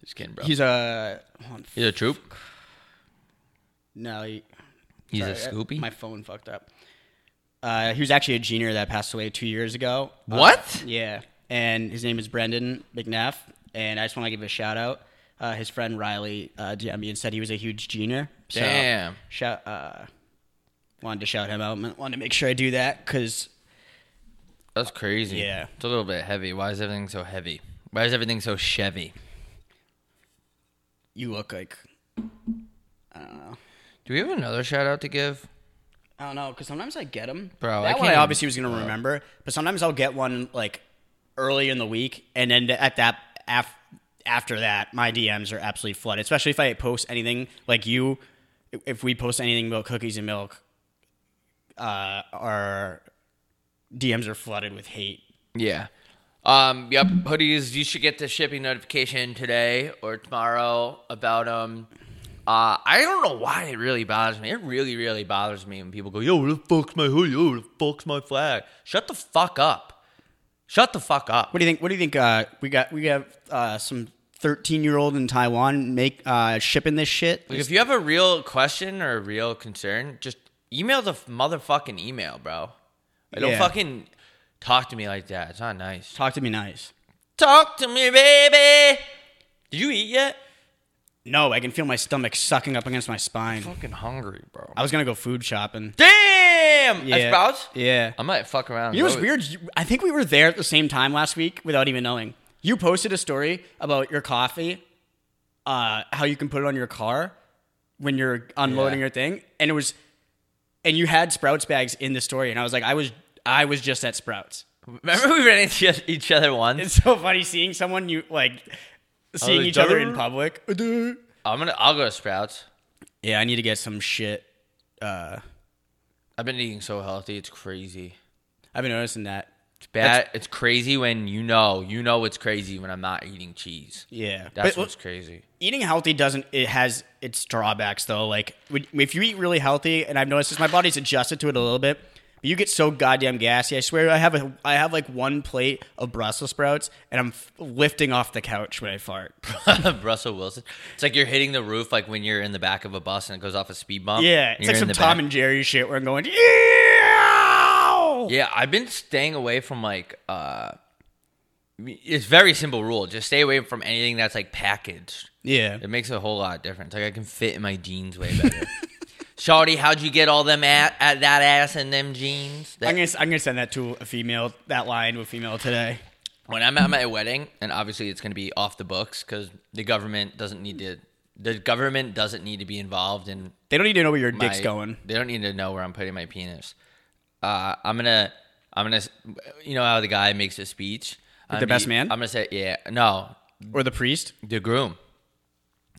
[SPEAKER 2] Just kidding, bro. He's,
[SPEAKER 3] he's a hold on,
[SPEAKER 2] a troop.
[SPEAKER 3] no. He,
[SPEAKER 2] He's a
[SPEAKER 3] Sorry, I-
[SPEAKER 2] Scoopy.
[SPEAKER 3] My phone fucked up. Uh, he was actually a junior that passed away two years ago. Uh,
[SPEAKER 2] What?
[SPEAKER 3] yeah. And his name is Brendan McNaff. And I just want to give a shout out. Uh, his friend Riley uh, DM'd me and said he was a huge junior. So
[SPEAKER 2] Damn.
[SPEAKER 3] Shout, uh, wanted to shout him out. and Wanted to make sure I do that because
[SPEAKER 2] That's crazy.
[SPEAKER 3] Yeah.
[SPEAKER 2] It's a little bit heavy. Why is everything so heavy? Why is everything so Chevy?
[SPEAKER 3] you look like
[SPEAKER 2] Do we have another shout out to give?
[SPEAKER 3] I don't know, because sometimes I get them.
[SPEAKER 2] Bro, I
[SPEAKER 3] that one I
[SPEAKER 2] can't-
[SPEAKER 3] obviously was gonna remember, but sometimes I'll get one like early in the week, and then at that af- after that, my DMs are absolutely flooded. Especially if I post anything like you, if we post anything about cookies and milk, uh, our DMs are flooded with hate.
[SPEAKER 2] Yeah. Um, yep, hoodies. You should get the shipping notification today or tomorrow about um uh I don't know why it really bothers me. It really, really bothers me when people go, Yo, where the fuck's my hoodie? Yo, where the fuck's my flag? Shut the fuck up. Shut the fuck up.
[SPEAKER 3] What do you think? What do you think? Uh, we got we have uh, some thirteen year old in Taiwan make uh, shipping this shit.
[SPEAKER 2] Like, if you have a real question or a real concern, just email the f- motherfucking email, bro. Like, Don't
[SPEAKER 3] Yeah.
[SPEAKER 2] fucking talk to me like that. It's not nice.
[SPEAKER 3] Talk to me nice.
[SPEAKER 2] Talk to me, baby. Did you eat yet?
[SPEAKER 3] No, I can feel my stomach sucking up against my spine.
[SPEAKER 2] Fucking hungry, bro.
[SPEAKER 3] I was gonna go food shopping.
[SPEAKER 2] Damn! At Sprouts?
[SPEAKER 3] Yeah.
[SPEAKER 2] I might fuck around.
[SPEAKER 3] You know what's
[SPEAKER 2] Go-
[SPEAKER 3] weird? You- I think we were there at the same time last week without even knowing. You posted a story about your coffee, uh, how you can put it on your car when you're unloading
[SPEAKER 2] Yeah.
[SPEAKER 3] your thing, and it was, and you had Sprouts bags in the story, and I was like, I was, I was just at Sprouts.
[SPEAKER 2] Remember we ran into each other once?
[SPEAKER 3] It's so funny seeing someone you like, seeing
[SPEAKER 2] like,
[SPEAKER 3] each other in
[SPEAKER 2] "Duh."
[SPEAKER 3] public. Duh.
[SPEAKER 2] I'm gonna. I'll go to Sprouts.
[SPEAKER 3] Yeah, I need to get some shit. Uh,
[SPEAKER 2] I've been eating so healthy. It's crazy.
[SPEAKER 3] I've been noticing that.
[SPEAKER 2] It's bad. It's crazy when you know. You know it's crazy when I'm not eating cheese.
[SPEAKER 3] Yeah,
[SPEAKER 2] That's
[SPEAKER 3] But-
[SPEAKER 2] what's crazy.
[SPEAKER 3] eating healthy doesn't it has its drawbacks though like when- if you eat really healthy and i've noticed this my body's adjusted to it a little bit but you get so goddamn gassy i swear i have a i have like one plate of brussels sprouts and i'm f- lifting off the couch when i fart
[SPEAKER 2] Russell Wilson. It's like you're hitting the roof, like when you're in the back of a bus and it goes off a speed bump.
[SPEAKER 3] yeah
[SPEAKER 2] and
[SPEAKER 3] it's
[SPEAKER 2] you're
[SPEAKER 3] like
[SPEAKER 2] in
[SPEAKER 3] some
[SPEAKER 2] the
[SPEAKER 3] tom
[SPEAKER 2] back.
[SPEAKER 3] and jerry shit where i'm going "Ew!"
[SPEAKER 2] Yeah, I've been staying away from like. uh It's very simple rule. Just stay away from anything that's like packaged.
[SPEAKER 3] yeah
[SPEAKER 2] It makes a whole lot of difference. Like I can fit in my jeans way better. Shawty, how'd you get all them at, at that ass and them jeans? That-
[SPEAKER 3] I'm gonna, I'm gonna send that to a female that line to a female today
[SPEAKER 2] when I'm at my wedding, and obviously it's going to be off the books because the government doesn't need to. The government doesn't need to be involved in.
[SPEAKER 3] they don't need to know where your
[SPEAKER 2] My,
[SPEAKER 3] dick's going
[SPEAKER 2] They don't need to know where I'm putting my penis. Uh, I'm gonna. I'm gonna. You know how the guy makes a speech. I'm
[SPEAKER 3] the
[SPEAKER 2] gonna
[SPEAKER 3] best
[SPEAKER 2] be-
[SPEAKER 3] man?
[SPEAKER 2] I'm gonna say yeah. No,
[SPEAKER 3] or the priest
[SPEAKER 2] the groom.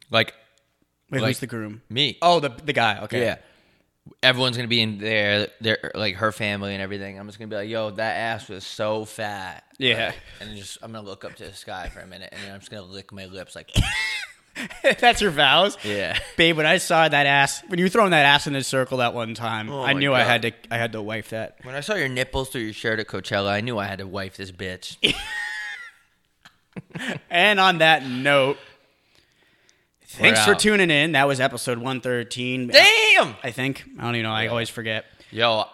[SPEAKER 2] Like
[SPEAKER 3] wait
[SPEAKER 2] Like-
[SPEAKER 3] who's the groom
[SPEAKER 2] me.
[SPEAKER 3] oh the, the guy okay
[SPEAKER 2] Yeah. Everyone's gonna be in there, their like her family and everything. I'm just gonna be like, yo, that ass was so fat.
[SPEAKER 3] Yeah.
[SPEAKER 2] Like, and just I'm gonna look up to the sky for a minute and then I'm just gonna lick my lips like
[SPEAKER 3] that's your vows
[SPEAKER 2] Yeah.
[SPEAKER 3] Babe, when I saw that ass, when you were throwing that ass in the circle that one time, I
[SPEAKER 2] Oh my
[SPEAKER 3] knew I
[SPEAKER 2] God.
[SPEAKER 3] had to, I had to wife that.
[SPEAKER 2] When I saw your nipples through your shirt at Coachella, I knew I had to wife this bitch.
[SPEAKER 3] And on that note, thanks
[SPEAKER 2] We're
[SPEAKER 3] for
[SPEAKER 2] out.
[SPEAKER 3] tuning in. That was episode one thirteen.
[SPEAKER 2] Damn.
[SPEAKER 3] I think I don't even know. I always forget.
[SPEAKER 2] Yo,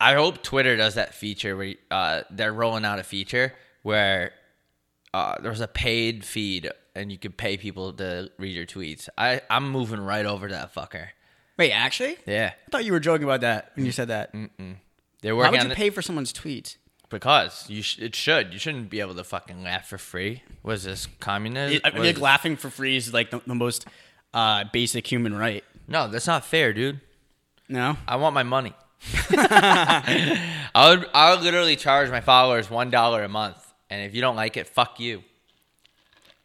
[SPEAKER 2] I hope Twitter does that feature where uh, they're rolling out a feature where uh, there's a paid feed and you could pay people to read your tweets. I I'm moving right over to that fucker.
[SPEAKER 3] Wait, actually, I
[SPEAKER 2] Yeah.
[SPEAKER 3] thought you were joking about that when you said that.
[SPEAKER 2] Mm-hmm. They're
[SPEAKER 3] Why
[SPEAKER 2] working
[SPEAKER 3] would
[SPEAKER 2] on
[SPEAKER 3] you
[SPEAKER 2] it-
[SPEAKER 3] pay for someone's tweet?
[SPEAKER 2] Because you sh- it should. You shouldn't be able to fucking laugh for free. Was this communism?
[SPEAKER 3] I mean,
[SPEAKER 2] What is
[SPEAKER 3] like
[SPEAKER 2] this?
[SPEAKER 3] laughing for free is like the, the most uh, basic human right.
[SPEAKER 2] no, that's not fair, dude.
[SPEAKER 3] No,
[SPEAKER 2] I want my money. I would I would literally charge my followers one dollar a month, and if you don't like it, fuck you.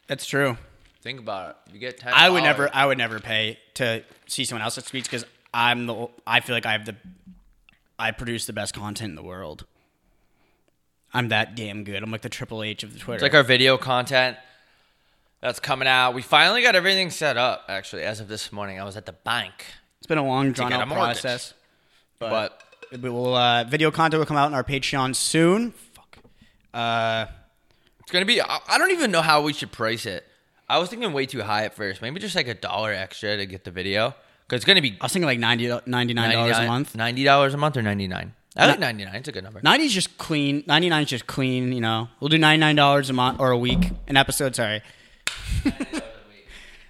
[SPEAKER 3] that's true.
[SPEAKER 2] Think about it. You get ten.
[SPEAKER 3] I would never. I would never pay to see someone else's tweets because I'm the. I feel like I have the. I produce the best content in the world. I'm that damn good. I'm like the Triple H of the Twitter.
[SPEAKER 2] It's like our video content that's coming out. We finally got everything set up. Actually, as of this morning, I was at the bank,
[SPEAKER 3] it's been a long drawn
[SPEAKER 2] get
[SPEAKER 3] out
[SPEAKER 2] a mortgage.
[SPEAKER 3] process.
[SPEAKER 2] but
[SPEAKER 3] We will uh, video content will come out on our Patreon soon. Fuck. Uh,
[SPEAKER 2] It's gonna be. I I don't even know how we should price it. I was thinking way too high at first. Maybe just like a dollar extra to get the video. Cause it's gonna be
[SPEAKER 3] I was thinking like 90, $99 a month.
[SPEAKER 2] Ninety dollars a month or ninety nine. I like ninety nine. It's a good number.
[SPEAKER 3] 90 is just clean. 99 is just clean. You know, we'll do $99 a month or a week, an episode. Sorry.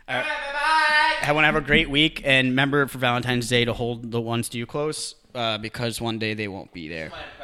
[SPEAKER 3] I want to have a great week and remember for Valentine's Day to hold the ones to you close uh, because one day they won't be there.
[SPEAKER 2] Bye.